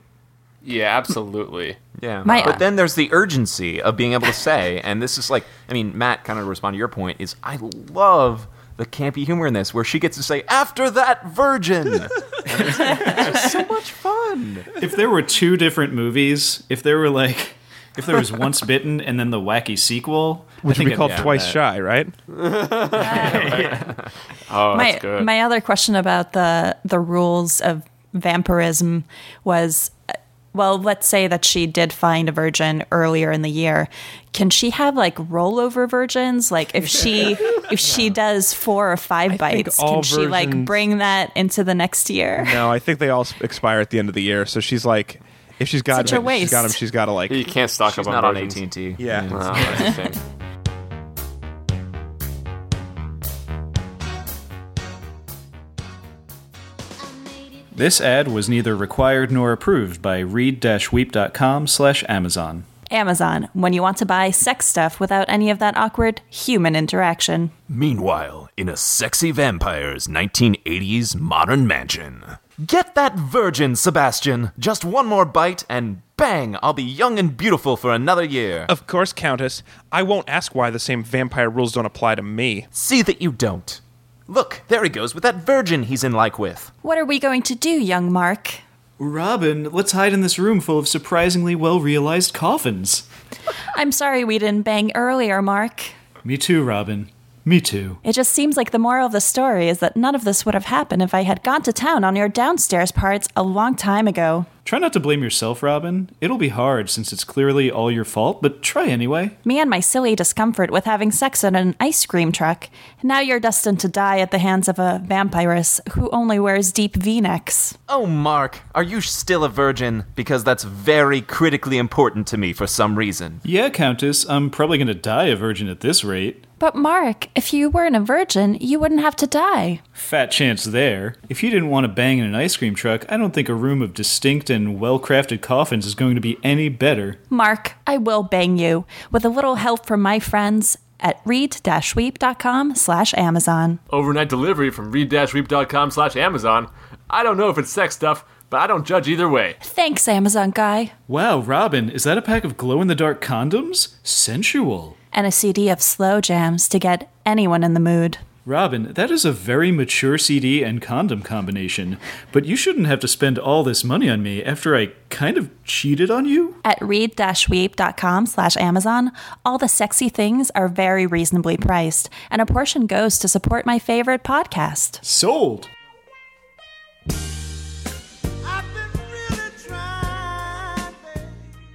Speaker 2: Yeah, absolutely.
Speaker 3: Yeah.
Speaker 5: My-
Speaker 3: but then there's the urgency of being able to say, and this is like, I mean, Matt, kind of respond to your point, is I love the campy humor in this, where she gets to say, after that virgin. And it's- it's just so much fun.
Speaker 4: If there were two different movies, if there were like if there was once bitten and then the wacky sequel,
Speaker 1: Which would be called Twice
Speaker 4: shot.
Speaker 1: Shy, right?
Speaker 2: Oh,
Speaker 5: my
Speaker 2: that's good.
Speaker 5: my other question about the the rules of vampirism was uh, well, let's say that she did find a virgin earlier in the year. Can she have like rollover virgins? Like if she if she does four or five bites,
Speaker 1: all
Speaker 5: can she like
Speaker 1: virgins-
Speaker 5: bring that into the next year?
Speaker 1: No, I think they all s- expire at the end of the year. So she's like, if she's got
Speaker 5: Such a
Speaker 1: them, if she's got them.
Speaker 5: waste.
Speaker 1: She's got to like.
Speaker 2: You can't stock
Speaker 3: She's
Speaker 2: up on
Speaker 3: not on
Speaker 2: virgins.
Speaker 3: AT&T.
Speaker 1: Yeah.
Speaker 2: Oh, that's a shame.
Speaker 4: This ad was neither required nor approved by read-weep.com slash Amazon.
Speaker 5: Amazon, when you want to buy sex stuff without any of that awkward human interaction.
Speaker 8: Meanwhile, in a sexy vampire's 1980s modern mansion.
Speaker 3: Get that virgin, Sebastian. Just one more bite and bang, I'll be young and beautiful for another year.
Speaker 1: Of course, Countess. I won't ask why the same vampire rules don't apply to me.
Speaker 3: See that you don't. Look, there he goes with that virgin he's in like with.
Speaker 5: What are we going to do, young Mark?
Speaker 4: Robin, let's hide in this room full of surprisingly well-realized coffins.
Speaker 5: I'm sorry we didn't bang earlier, Mark.
Speaker 4: Me too, Robin. Me too.
Speaker 5: It just seems like the moral of the story is that none of this would have happened if I had gone to town on your downstairs parts a long time ago.
Speaker 4: Try not to blame yourself, Robin. It'll be hard since it's clearly all your fault, but try anyway.
Speaker 5: Me and my silly discomfort with having sex in an ice cream truck. Now you're destined to die at the hands of a vampiress who only wears deep v-necks.
Speaker 3: Oh, Mark, are you still a virgin? Because that's very critically important to me for some reason.
Speaker 4: Yeah, Countess, I'm probably gonna die a virgin at this rate.
Speaker 5: But Mark, if you weren't a virgin, you wouldn't have to die.
Speaker 4: Fat chance there. If you didn't want to bang in an ice cream truck, I don't think a room of distinct and well crafted coffins is going to be any better.
Speaker 5: Mark, I will bang you with a little help from my friends at read-weep.com slash Amazon.
Speaker 2: Overnight delivery from read-weep.com slash Amazon. I don't know if it's sex stuff, but I don't judge either way.
Speaker 5: Thanks, Amazon guy.
Speaker 4: Wow, Robin, is that a pack of glow in the dark condoms? Sensual.
Speaker 5: And a CD of slow jams to get anyone in the mood.
Speaker 4: Robin, that is a very mature CD and condom combination, but you shouldn't have to spend all this money on me after I kind of cheated on you?
Speaker 5: At read-weep.com slash Amazon, all the sexy things are very reasonably priced, and a portion goes to support my favorite podcast.
Speaker 4: Sold!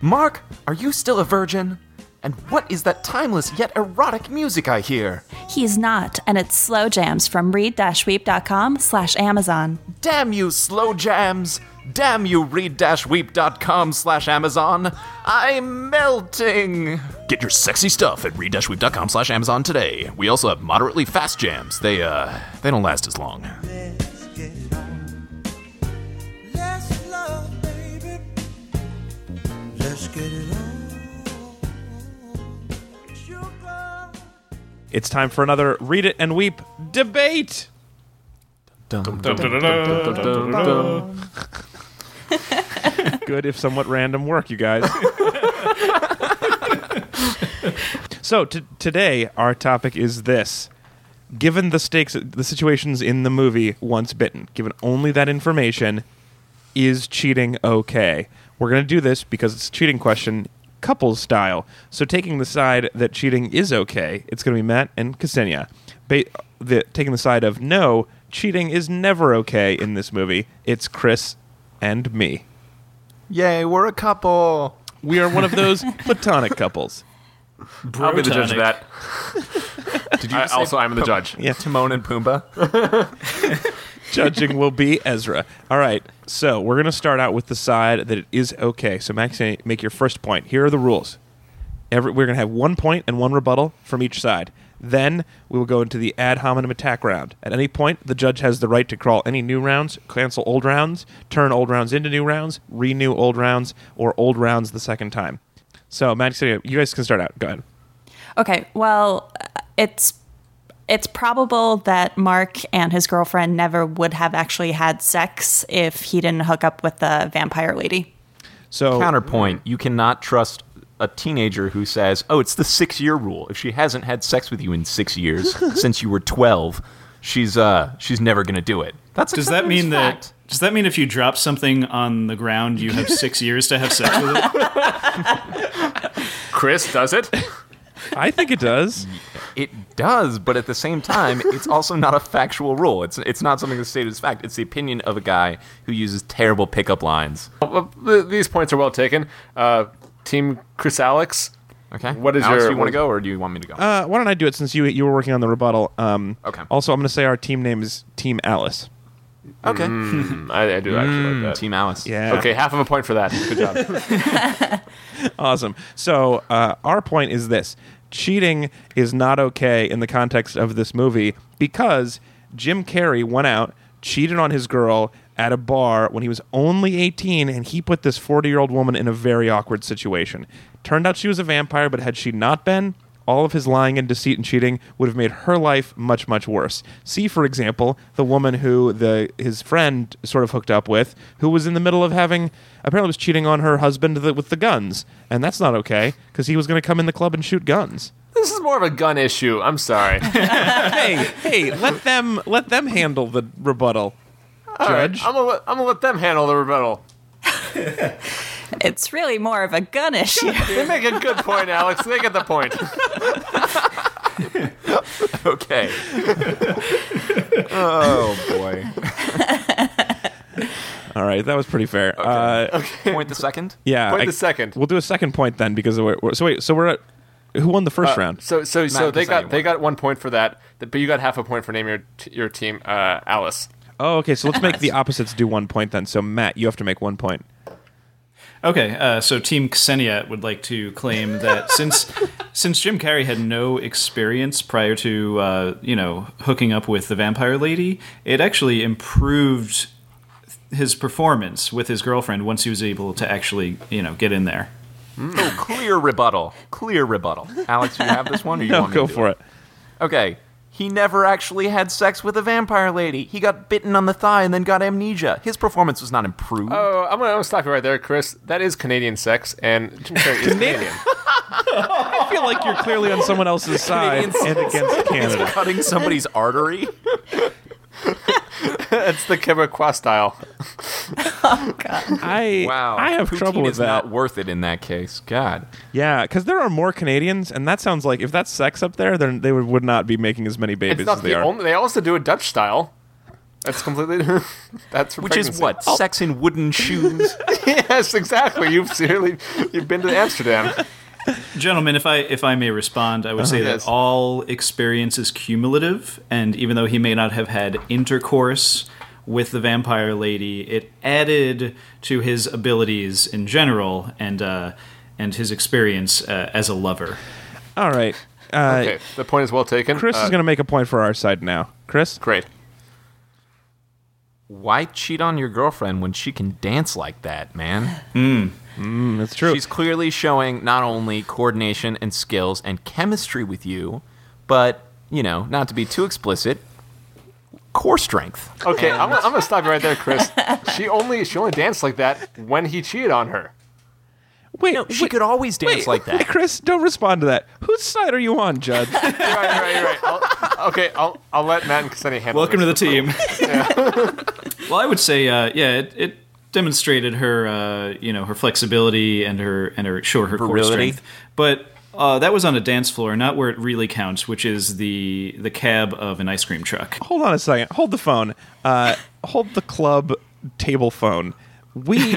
Speaker 3: Mark, are you still a virgin? And what is that timeless yet erotic music I hear?
Speaker 5: He's not, and it's slow jams from read-weep.com slash Amazon.
Speaker 3: Damn you, slow jams! Damn you, read-weep.com slash Amazon! I'm melting!
Speaker 8: Get your sexy stuff at read-weep.com slash Amazon today. We also have moderately fast jams. They, uh, they don't last as long.
Speaker 9: Let's love, baby. Let's get it on. Sugar.
Speaker 1: It's time for another read it and weep debate.
Speaker 2: Dun-dun-dun-dun-dun-dun.
Speaker 1: Good if somewhat random work, you guys. so t- today our topic is this. Given the stakes, the situations in the movie Once Bitten, given only that information, is cheating okay? We're going to do this because it's a cheating question, couples style. So taking the side that cheating is okay, it's going to be Matt and Ksenia. Ba- the, taking the side of no, cheating is never okay in this movie, it's Chris and me.
Speaker 3: Yay, we're a couple!
Speaker 1: We are one of those platonic couples.
Speaker 2: I'll be the judge of
Speaker 4: Brotonic.
Speaker 2: that.
Speaker 3: Did
Speaker 2: I, also, I'm the judge.
Speaker 1: Yeah.
Speaker 3: Timon and Pumbaa?
Speaker 1: Judging will be Ezra. All right. So we're going to start out with the side that it is okay. So, Max, make your first point. Here are the rules. Every, we're going to have one point and one rebuttal from each side. Then we will go into the ad hominem attack round. At any point, the judge has the right to call any new rounds, cancel old rounds, turn old rounds into new rounds, renew old rounds, or old rounds the second time. So, Max, you guys can start out. Go ahead.
Speaker 5: Okay, well, uh, it's it's probable that Mark and his girlfriend never would have actually had sex if he didn't hook up with the vampire lady.
Speaker 1: So,
Speaker 3: Oh. Counterpoint You cannot trust a teenager who says, oh, it's the six year rule. If she hasn't had sex with you in six years, since you were 12, she's, uh, she's never gonna do it. That's a
Speaker 4: Does that
Speaker 3: continuous
Speaker 4: mean
Speaker 3: fact.
Speaker 4: that does that mean if you drop something on the ground you have six years to have sex with it?
Speaker 2: Chris does it.
Speaker 1: I think it does.
Speaker 3: it does, but at the same time, it's also not a factual rule. It's it's not something that's stated as fact. It's the opinion of a guy who uses terrible pickup lines.
Speaker 2: Well, th- these points are well taken. Uh, team Chris Alex.
Speaker 3: Okay,
Speaker 2: What is
Speaker 3: Alex,
Speaker 2: your-
Speaker 3: Do you want
Speaker 2: what-
Speaker 3: to go, or do you want me to go?
Speaker 1: Uh, why don't I do it since you you were working on the rebuttal? Um,
Speaker 3: Okay.
Speaker 1: Also, I'm going to say our team name is Team Alice.
Speaker 3: okay,
Speaker 2: Mm, I, I do actually like that.
Speaker 3: Team Alice.
Speaker 1: Yeah.
Speaker 2: Okay, half of a point for that. Good job.
Speaker 1: Awesome. So uh, our point is this: cheating is not okay in the context of this movie because Jim Carrey went out, cheated on his girl at a bar when he was only 18, and he put this 40-year-old woman in a very awkward situation. Turned out she was a vampire, but had she not been, all of his lying and deceit and cheating would have made her life much much worse. See, for example, the woman who the his friend sort of hooked up with, who was in the middle of having apparently was cheating on her husband th- with the guns, and that's not okay because he was going to come in the club and shoot guns.
Speaker 2: this is more of a gun issue. I'm sorry.
Speaker 1: hey, hey, let them let them handle the rebuttal.
Speaker 2: All right, um,
Speaker 1: Judge.
Speaker 2: I'm gonna let- I'm gonna let them handle the rebuttal.
Speaker 5: It's really more of a gun issue.
Speaker 2: They make a good point, Alex. They get the point.
Speaker 3: Okay. oh boy.
Speaker 1: All right, that was pretty fair. Uh,
Speaker 3: Point the second.
Speaker 1: Yeah,
Speaker 2: Point the second.
Speaker 1: We'll do a second point then because we're, we're- so wait, so we're at who won the first round?
Speaker 2: So so so
Speaker 3: Matt
Speaker 2: they
Speaker 3: can say
Speaker 2: got they
Speaker 3: one.
Speaker 2: got one point for that, th- but you got half a point for naming your t- your team uh, Alice.
Speaker 1: Oh, okay. So let's make the opposites do one point then. So Matt, you have to make one point.
Speaker 4: Okay, uh, so Team Ksenia would like to claim that since since Jim Carrey had no experience prior to uh, you know hooking up with the vampire lady, it actually improved his performance with his girlfriend once he was able to actually you know get in there.
Speaker 3: Oh, clear rebuttal. Clear rebuttal. Alex, do you have this one, or you
Speaker 1: No,
Speaker 3: want me
Speaker 1: go
Speaker 3: to do
Speaker 1: for it.
Speaker 3: Okay. He never actually had sex with a vampire lady. He got bitten on the thigh and then got amnesia. His performance was not improved.
Speaker 2: Oh, I'm gonna, I'm gonna stop you right there, Chris. That is Canadian sex, and Jim Carrey is Canadian.
Speaker 1: I feel like you're clearly on someone else's side
Speaker 3: Canadian
Speaker 1: and against Canada.
Speaker 3: Cutting somebody's artery.
Speaker 2: That's the Quebecois style.
Speaker 1: I
Speaker 3: Wow.
Speaker 1: I have
Speaker 3: Poutine
Speaker 1: trouble with
Speaker 3: is
Speaker 1: that.
Speaker 3: Not worth it in that case. God.
Speaker 1: yeah, because there are more Canadians, and that sounds like if that's sex up there, then they would, would not be making as many
Speaker 2: It's
Speaker 1: babies
Speaker 2: not
Speaker 1: as they
Speaker 2: the
Speaker 1: are.
Speaker 2: only. They also do a Dutch style. That's completely. that's for
Speaker 3: Which is
Speaker 2: pregnancy.
Speaker 3: what? Sex in wooden shoes.
Speaker 2: yes, exactly. You've seriously you've been to Amsterdam.
Speaker 4: Gentlemen, if I if I may respond, I would say
Speaker 2: yes.
Speaker 4: that all experience is cumulative, and even though he may not have had intercourse with the vampire lady, it added to his abilities in general and uh, and his experience uh, as a lover.
Speaker 1: All right. Uh,
Speaker 2: Okay, the point is well taken.
Speaker 1: Chris
Speaker 2: Uh,
Speaker 1: is going to make a point for our side now. Chris,
Speaker 2: great.
Speaker 3: Why cheat on your girlfriend when she can dance like that, man?
Speaker 1: that's true.
Speaker 3: She's clearly showing not only coordination and skills and chemistry with you, but, you know, not to be too explicit, core strength.
Speaker 2: Okay, I'm, gonna- I'm gonna stop you right there, Chris. She only she only danced like that when he cheated on her.
Speaker 1: wait,
Speaker 3: No, she
Speaker 1: wait,
Speaker 3: could always dance
Speaker 1: wait,
Speaker 3: like that.
Speaker 1: wait, Chris, don't respond to that. Whose side are you on, Judge?
Speaker 2: You're right, you're right, you're right. I'll, okay, I'll I'll let Matt and Cassini handle.
Speaker 4: Welcome to the
Speaker 2: this.
Speaker 4: team. well, I would say, uh, yeah, it, it demonstrated her, uh, you know, her flexibility and her and her sure her core
Speaker 3: Virility.
Speaker 4: strength, but. Uh, that was on a dance floor, not where it really counts, which is the the cab of an ice cream truck.
Speaker 1: hold on a second. Hold the phone. Uh, hold the club table phone. We.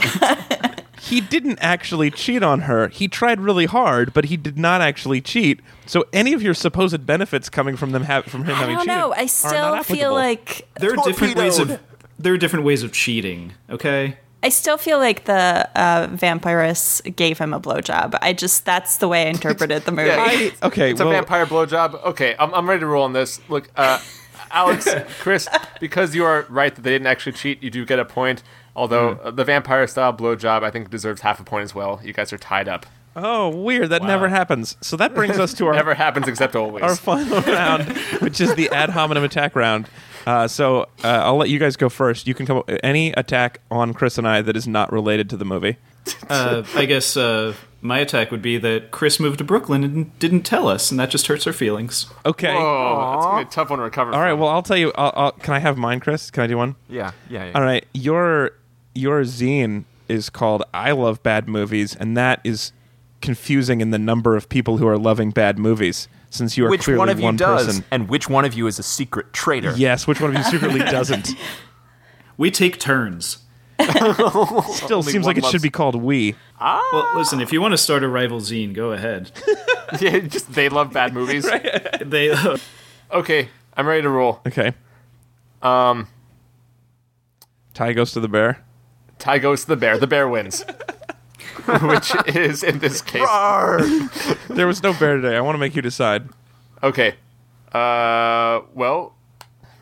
Speaker 1: he didn't actually cheat on her. He tried really hard, but he did not actually cheat. So any of your supposed benefits coming from them ha- from him
Speaker 5: I
Speaker 1: having
Speaker 5: don't
Speaker 1: cheated
Speaker 5: know. I
Speaker 1: are
Speaker 5: still
Speaker 1: not applicable.
Speaker 5: feel like
Speaker 4: there are different ways of there are different ways of cheating. Okay,
Speaker 5: I still feel like the uh, vampiress gave him a blowjob. I just that's the way I interpreted the movie.
Speaker 1: I, okay.
Speaker 2: It's a
Speaker 1: well,
Speaker 2: vampire blowjob. Okay, I'm I'm ready to roll on this. Look, uh, Alex, Chris, because you are right that they didn't actually cheat, you do get a point. Although
Speaker 1: Mm-hmm.
Speaker 2: uh, the vampire style blowjob, I think deserves half a point as well. You guys are tied up.
Speaker 1: Oh, weird. That never happens. So that brings us to our
Speaker 2: Never happens except always.
Speaker 1: our final round, which is the ad hominem attack round. Uh, so uh, I'll let you guys go first. You can come up any attack on Chris and I that is not related to the movie.
Speaker 4: uh, I guess uh, my attack would be that Chris moved to Brooklyn and didn't tell us, and that just hurts her feelings.
Speaker 1: Okay.
Speaker 2: Oh, that's gonna be a tough one to recover.
Speaker 1: All right. Well, I'll tell you. I'll, I'll, can I have mine, Chris? Can I do one?
Speaker 3: Yeah, yeah, yeah.
Speaker 1: All right. Your your zine is called "I Love Bad Movies," and that is confusing in the number of people who are loving bad movies. since you are
Speaker 3: which
Speaker 1: clearly
Speaker 3: one of you does,
Speaker 1: person.
Speaker 3: and which one of you is a secret traitor?
Speaker 1: Yes, which one of you secretly doesn't?
Speaker 4: We take turns.
Speaker 1: Still seems
Speaker 2: one
Speaker 1: like it should
Speaker 2: loves-
Speaker 1: be called we.
Speaker 4: Well, listen, if you want to start a rival zine, go ahead.
Speaker 2: yeah, just they love bad movies.
Speaker 4: They
Speaker 2: Okay, I'm ready to roll.
Speaker 1: Okay. Um. Ty goes to the bear.
Speaker 2: Tie goes to the bear. The bear wins, which is in this case.
Speaker 1: There was no bear today. I want to make you decide.
Speaker 2: Okay. Uh, well,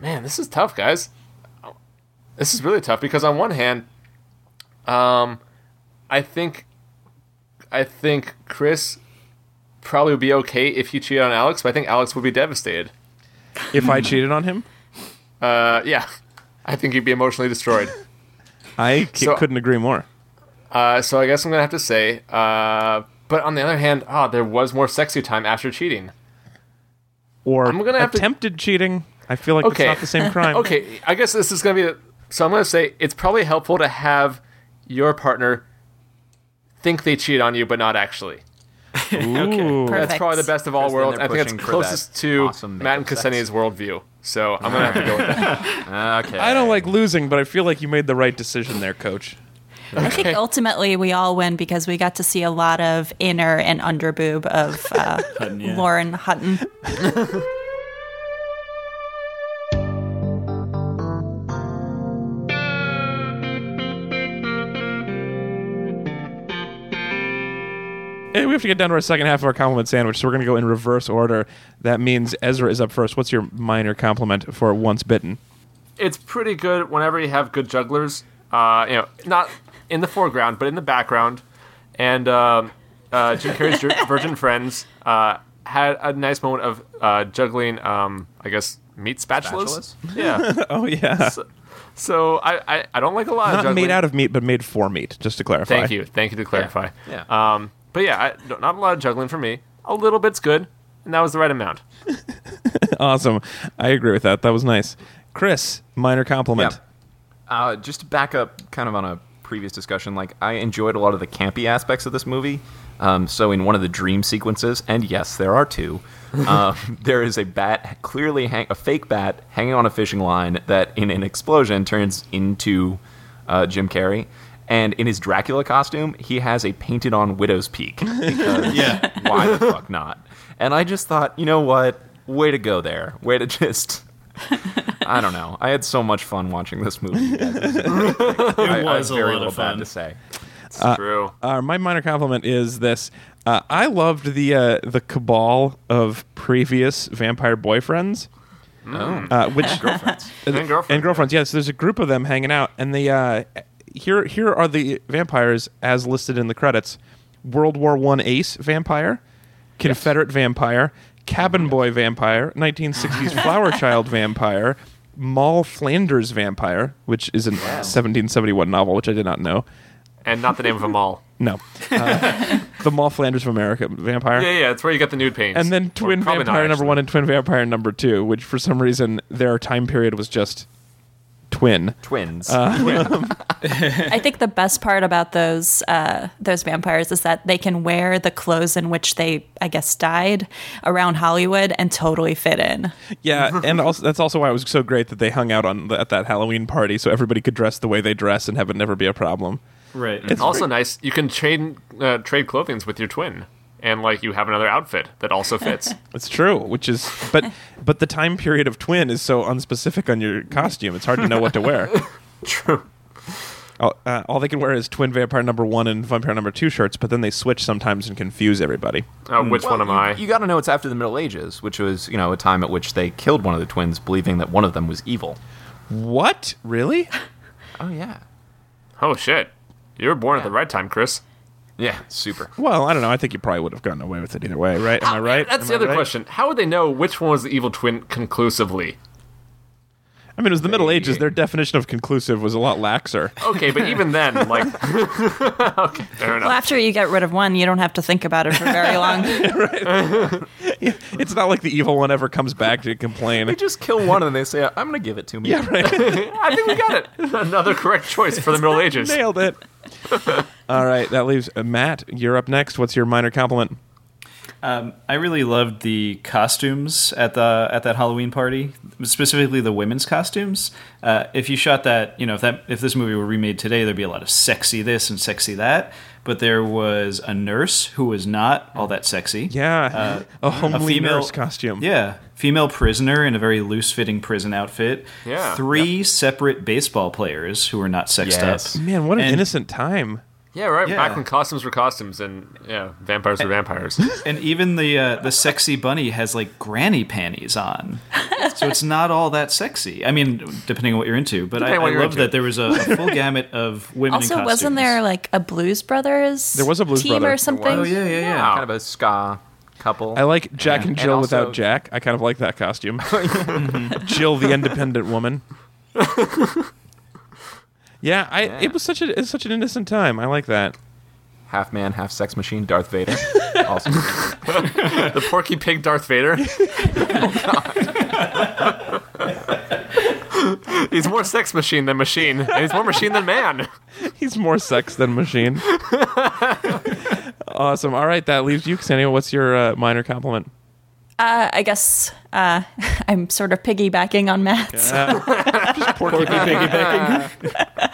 Speaker 2: man, this is tough, guys. This is really tough because on one hand, um, I think, I think Chris probably would be okay if he cheated on Alex, but I think Alex would be devastated.
Speaker 1: If I cheated on him,
Speaker 2: Uh, yeah, I think he'd be emotionally destroyed.
Speaker 1: I c-
Speaker 2: So-
Speaker 1: couldn't agree more.
Speaker 2: Uh, so I guess I'm gonna have to say. Uh, but on the other hand, ah, there was more sexy time after cheating.
Speaker 1: Or
Speaker 2: I'm gonna have to-
Speaker 1: attempted cheating. I feel like
Speaker 2: Okay.
Speaker 1: it's not the same crime.
Speaker 2: Okay, I guess this is gonna be. The, so I'm gonna say it's probably helpful to have your partner think they cheat on you, but not actually.
Speaker 1: Ooh.
Speaker 5: Perfect.
Speaker 2: That's probably the best of all
Speaker 3: Because then
Speaker 2: worlds.
Speaker 3: they're
Speaker 2: I think it's
Speaker 3: pushing for
Speaker 2: closest
Speaker 3: that
Speaker 2: to
Speaker 3: awesome
Speaker 2: Matt and
Speaker 3: makeup
Speaker 2: Ksenia's worldview. So I'm gonna have to go with that.
Speaker 3: Okay.
Speaker 1: I don't like losing, but I feel like you made the right decision there, coach.
Speaker 5: I think ultimately we all win because we got to see a lot of inner and underboob of uh,
Speaker 4: Hutton, yeah.
Speaker 5: Lauren Hutton.
Speaker 1: Hey, we have to get down to our second half of our compliment sandwich, so we're going to go in reverse order. That means Ezra is up first. What's your minor compliment for once bitten?
Speaker 2: It's pretty good whenever you have good jugglers. Uh, you know, not in the foreground, but in the background. And um, uh, Jim Carrey's Vir- Virgin Friends uh, had a nice moment of uh, juggling. Um, I guess meat spatulas.
Speaker 3: Spatulas?
Speaker 2: Yeah.
Speaker 1: Oh yeah,
Speaker 2: So I, I, I don't like a lot of
Speaker 1: not
Speaker 2: juggling.
Speaker 1: made out of meat, but made for meat. Just to clarify.
Speaker 2: Thank you, thank you to clarify.
Speaker 3: Yeah.
Speaker 2: Um, but yeah, I, not a lot of juggling for me. A little bit's good, and that was the right amount.
Speaker 1: Uh, Awesome. I agree with that. That was nice. Chris, minor compliment.
Speaker 3: Yeah. Uh, just to back up, kind of on a previous discussion, like I enjoyed a lot of the campy aspects of this movie. Um, so in one of the dream sequences, and yes, there are two, um, there is a bat, clearly hang- a fake bat, hanging on a fishing line that, in an explosion, turns into uh, Jim Carrey. And in his Dracula costume, he has a painted-on widow's peak. Because
Speaker 4: Yeah.
Speaker 3: why the fuck not? And I just thought, you know what? Way to go there. Way to just I don't know. I had so much fun watching this movie. you guys. I,
Speaker 4: it
Speaker 3: I
Speaker 4: was
Speaker 3: have
Speaker 4: a
Speaker 3: very
Speaker 4: lot
Speaker 3: little
Speaker 4: of
Speaker 3: bad
Speaker 4: fun.
Speaker 3: to say.
Speaker 2: It's true.
Speaker 1: Uh, my minor compliment is this. Uh, I loved the uh, the cabal of previous vampire boyfriends,
Speaker 2: Oh.
Speaker 1: uh, which
Speaker 3: Girlfriends.
Speaker 1: and
Speaker 2: girlfriends,
Speaker 1: And girlfriends, yes. There's a group of them hanging out, and they uh, here here are the vampires as listed in the credits: World War One ace vampire, Confederate vampire, cabin boy vampire, 1960s flower child vampire, Moll Flanders vampire, which is a 1771 novel, which I did not know.
Speaker 2: And not the name of a mall.
Speaker 1: No, uh, the Moll Flanders of America vampire.
Speaker 2: Yeah, yeah, it's where you get the nude paints.
Speaker 1: And then
Speaker 2: Or
Speaker 1: Twin
Speaker 2: probably not,
Speaker 1: Vampire number
Speaker 2: actually.
Speaker 1: one and Twin Vampire number two, which for some reason their time period was just twin.
Speaker 3: Twins.
Speaker 1: Uh,
Speaker 5: I think the best part about those uh, those vampires is that they can wear the clothes in which they, I guess, died around Hollywood and totally fit in.
Speaker 1: Yeah, and also that's also why it was so great that they hung out on the, at that Halloween party, so everybody could dress the way they dress and have it never be a problem.
Speaker 4: right.
Speaker 2: Also nice, you can trade uh, trade clothings with your twin, and like you have another outfit that also fits.
Speaker 1: It's true, which is but but the time period of twin is so unspecific on your costume; it's hard to know what to wear.
Speaker 2: true.
Speaker 1: All, uh, all they can wear is Twin Vampire number one and Vampire number two shirts, but then they switch sometimes and confuse everybody.
Speaker 2: Uh, which one am I?
Speaker 3: You got to know it's after the Middle Ages, which was you know a time at which they killed one of the twins, believing that one of them was evil.
Speaker 1: What? Really?
Speaker 3: Oh yeah.
Speaker 2: oh shit! You were born at the right time, Chris.
Speaker 3: Yeah. Super.
Speaker 1: Well, I don't know. I think you probably would have gotten away with it either way, right? Am I right?
Speaker 2: Oh, That's
Speaker 1: Am
Speaker 2: the
Speaker 1: I
Speaker 2: other
Speaker 1: right?
Speaker 2: question. How would they know which one was the evil twin conclusively?
Speaker 1: I mean, it was the Middle Ages. Their definition of conclusive was a lot laxer.
Speaker 2: Okay, but even then, like, okay, fair enough.
Speaker 5: Well, after you get rid of one, you don't have to think about it for very long.
Speaker 1: It's not like the evil one ever comes back to
Speaker 3: They
Speaker 1: complain.
Speaker 3: just kill one and they say, "I'm gonna give it to me."
Speaker 1: Yeah, right.
Speaker 2: I think we got it. Another correct choice for the Middle Ages.
Speaker 1: Nailed it. All right, that leaves uh, Matt. You're up next. What's your minor compliment?
Speaker 4: Um, I really loved the costumes at the at that Halloween party, specifically the women's costumes. Uh, if you shot that, you know, if that if this movie were remade today, there'd be a lot of sexy this and sexy that. But there was a nurse who was not all that sexy.
Speaker 1: Yeah, a homely nurse costume.
Speaker 4: Yeah, female prisoner in a very loose fitting prison outfit.
Speaker 2: Yeah.
Speaker 4: three separate baseball players who were not sexed
Speaker 3: Yes.
Speaker 4: up.
Speaker 1: Man, what an
Speaker 4: And-
Speaker 1: innocent time.
Speaker 2: Yeah, right. Back
Speaker 4: Yeah.
Speaker 2: when costumes were costumes and yeah, vampires were vampires.
Speaker 4: And even the uh, the sexy bunny has like granny panties on, so it's not all that sexy. I mean, depending on what you're into. But I,
Speaker 2: Depending on what
Speaker 4: I
Speaker 2: you're
Speaker 4: love
Speaker 2: into.
Speaker 4: that there was a, a full gamut of women. in
Speaker 5: Also, wasn't
Speaker 4: costumes.
Speaker 5: there like a Blues Brothers?
Speaker 1: There was a Blues
Speaker 5: team
Speaker 1: Brother.
Speaker 5: or something.
Speaker 4: Oh yeah, yeah, yeah.
Speaker 2: Wow.
Speaker 3: kind of a ska couple.
Speaker 1: I like Jack and Jill
Speaker 3: And also-
Speaker 1: without Jack. I kind of like that costume. Jill, the independent woman. yeah, I. It was such a. It's such an innocent time. I like that.
Speaker 3: half man, half sex machine. Darth Vader. also,
Speaker 2: the Porky Pig Darth Vader. oh, God. he's more sex machine than machine, and he's more machine than man.
Speaker 1: He's more sex than machine. awesome. All right, that leaves you, Ksenia. What's your uh, minor compliment?
Speaker 5: Uh, I guess uh, I'm sort of piggybacking on Matt's.
Speaker 1: Porky piggybacking.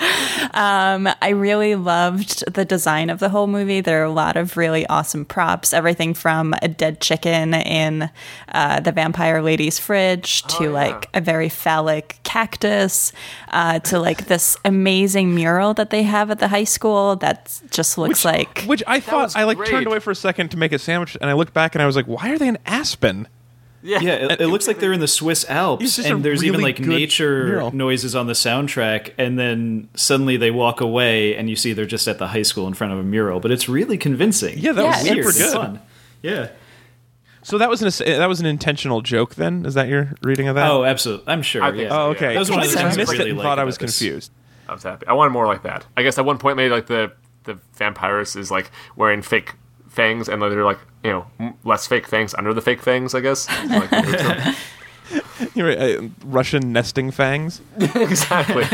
Speaker 5: Um, I really loved the design of the whole movie. There are a lot of really awesome props, everything from a dead chicken in uh, the vampire lady's fridge
Speaker 4: Oh,
Speaker 5: to like a very phallic cactus uh, to like this amazing mural that they have at the high school that just looks like
Speaker 1: Which I thought
Speaker 2: was
Speaker 1: I like
Speaker 2: great.
Speaker 1: turned away for a second to make a sandwich, and I looked back and I was like, "Why are they in Aspen?"
Speaker 4: Yeah, it, it looks like they're in the Swiss
Speaker 1: It's
Speaker 4: Alps,
Speaker 1: just a
Speaker 4: and there's even
Speaker 1: really
Speaker 4: like
Speaker 1: good
Speaker 4: nature
Speaker 1: mural.
Speaker 4: noises on the soundtrack, and then suddenly they walk away, and you see they're just at the high school in front of a mural. But it's really convincing.
Speaker 1: Yeah, that
Speaker 5: was
Speaker 4: It's
Speaker 5: super
Speaker 4: weird. It's
Speaker 1: good.
Speaker 4: fun. Yeah.
Speaker 1: So that was an ass- that was an intentional joke. Then is that your reading of that?
Speaker 4: Oh, absolutely. I'm sure.
Speaker 2: I think
Speaker 4: yeah.
Speaker 2: so.
Speaker 1: Oh, okay.
Speaker 4: That was one of the
Speaker 1: I
Speaker 4: things I
Speaker 1: missed
Speaker 4: really
Speaker 1: it and
Speaker 4: liked
Speaker 1: thought I
Speaker 4: about
Speaker 1: was
Speaker 4: this.
Speaker 1: confused.
Speaker 2: I was happy. I wanted more like that. I guess at one point maybe like the the vampires is like wearing fake fangs, and they're like you know m- less fake fangs under the fake fangs. I guess. Like,
Speaker 1: You're right, uh, Russian nesting fangs.
Speaker 2: exactly.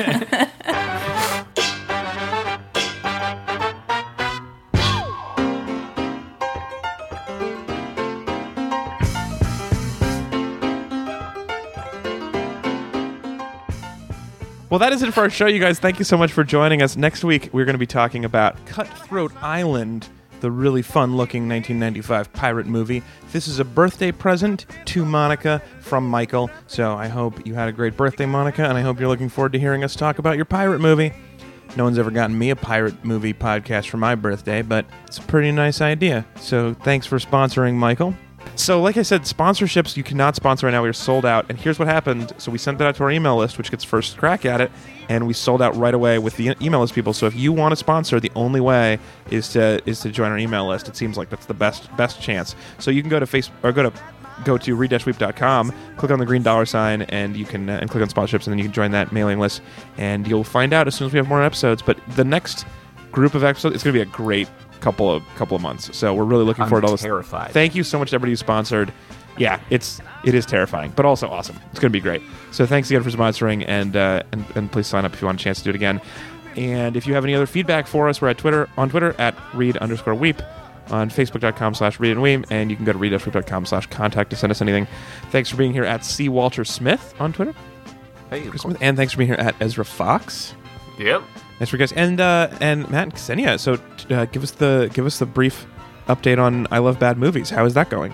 Speaker 1: Well, that is it for our show, you guys. Thank you so much for joining us. Next week, we're going to be talking about Cutthroat Island, the really fun looking 1995 pirate movie. This is a birthday present to Monica from Michael. So I hope you had a great birthday, Monica, and I hope you're looking forward to hearing us talk about your pirate movie. No one's ever gotten me a pirate movie podcast for my birthday, but it's a pretty nice idea. So thanks for sponsoring, Michael. So, like I said, sponsorships you cannot sponsor right now. We are sold out. And here's what happened. So, we sent that out to our email list, which gets first crack at it. And we sold out right away with the e-, email list people. So, if you want to sponsor, the only way is to is to join our email list. It seems like that's the best best chance. So, you can go to Facebook or go to go to read-weep.com, click on the green dollar sign, and you can uh, and click on sponsorships, and then you can join that mailing list, and you'll find out as soon as we have more episodes. But the next group of episodes, it's going to be a great couple of couple of months. So we're really looking
Speaker 3: I'm
Speaker 1: forward to all this.
Speaker 3: terrified.
Speaker 1: Thank you so much to everybody who sponsored. Yeah, it's it is terrifying, but also awesome. It's going to be great. So thanks again for sponsoring, and uh, and and please sign up if you want a chance to do it again. And if you have any other feedback for us, we're at Twitter on Twitter at read underscore weep on facebook.com slash read and weave and you can go to readflip.com slash contact to send us anything thanks for being here at c walter smith on twitter
Speaker 3: hey, of course.
Speaker 1: Smith, and thanks for being here at ezra fox
Speaker 2: yep.
Speaker 1: thanks for you guys and uh and matt and Ksenia. so t- uh, give us the give us the brief update on i love bad movies how is that going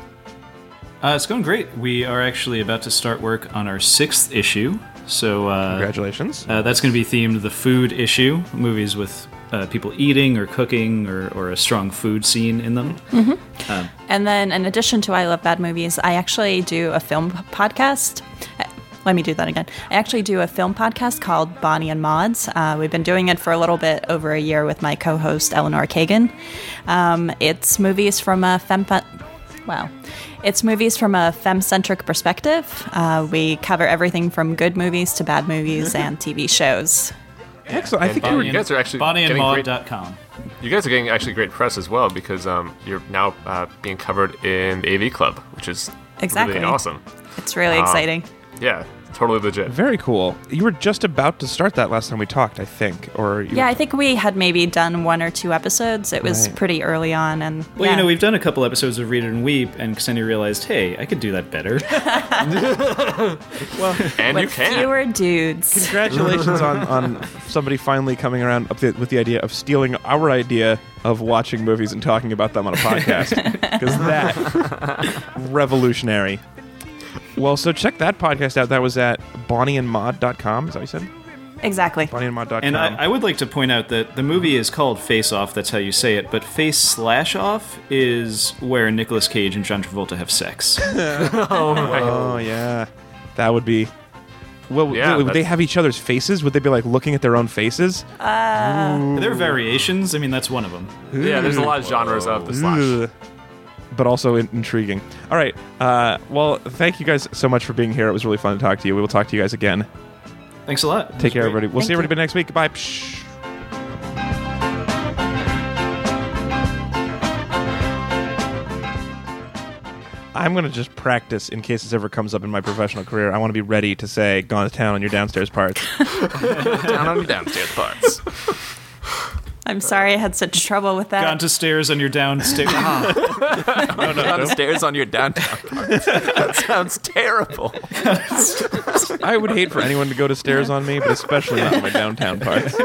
Speaker 4: Uh, it's going great. We are actually about to start work on our sixth issue. So uh,
Speaker 1: congratulations
Speaker 4: Uh, that's going to be themed the food issue, movies with uh, people eating or cooking or, or a strong food scene in them.
Speaker 5: And then, in addition to I Love Bad Movies, I actually do a film p- podcast. Uh, Let me do that again. I actually do a film podcast called Bonnie and Mods. Uh, we've been doing it for a little bit over a year with my co host, Eleanor Kagan. Um, it's movies from a femme. Wow. It's movies from a femme centric perspective. Uh, we cover everything from good movies to bad movies and TV shows.
Speaker 1: excellent i think you
Speaker 2: Bonnie
Speaker 1: were
Speaker 2: You guys are actually getting great-
Speaker 4: BonnieandMaud.com.
Speaker 2: You guys are getting actually great press as well because um, you're now uh, being covered in the AV Club, which is
Speaker 5: Exactly.
Speaker 2: really awesome.
Speaker 5: It's really exciting.
Speaker 2: Yeah, totally legit.
Speaker 1: Very cool. You were just about to start that last time we talked, I think, or you
Speaker 5: Yeah, I think we had maybe done one or two episodes. It was
Speaker 1: Right.
Speaker 5: pretty early on, and
Speaker 4: Well,
Speaker 5: yeah.
Speaker 4: you know, we've done a couple episodes of Read It and Weep, and Ksenia realized, hey, I could do that better.
Speaker 2: And you
Speaker 5: with
Speaker 2: can.
Speaker 5: fewer dudes.
Speaker 1: Congratulations on, on somebody finally coming around up the, with the idea of stealing our idea of watching movies and talking about them on a podcast. Because that revolutionary. Well, so check that podcast out. That was at bonnieandmod.com. Is that what you said?
Speaker 5: Exactly.
Speaker 1: Bonnieandmod.com.
Speaker 4: and I, I would like to point out that the movie is called Face Off, that's how you say it, but Face Slash Off is where Nicolas Cage and John Travolta have sex.
Speaker 1: oh, yeah. That would be. Well,
Speaker 2: Yeah,
Speaker 1: would they
Speaker 2: that's-
Speaker 1: have each other's faces? Would they be like looking at their own faces?
Speaker 4: there are variations. I mean, that's one of them.
Speaker 2: yeah, there's a lot of genres of the slash.
Speaker 1: Ugh. But also in- intriguing. All right. Uh, well, thank you guys so much for being here. It was really fun to talk to you. We will talk to you guys again.
Speaker 4: Thanks a lot.
Speaker 1: Take care,
Speaker 4: everybody.
Speaker 1: everybody. We'll see
Speaker 5: Thank you.
Speaker 1: everybody next week. Bye. Psh. I'm going to just practice in case this ever comes up in my professional career. I want to be ready to say, gone to town on your downstairs parts.
Speaker 8: Down on your downstairs parts.
Speaker 5: I'm sorry I had such trouble with that.
Speaker 4: Gone to stairs on your downstairs.
Speaker 8: downstairs on your downtown parts. That sounds terrible.
Speaker 1: I would hate for anyone to go to stairs on me, but especially not on my downtown parts.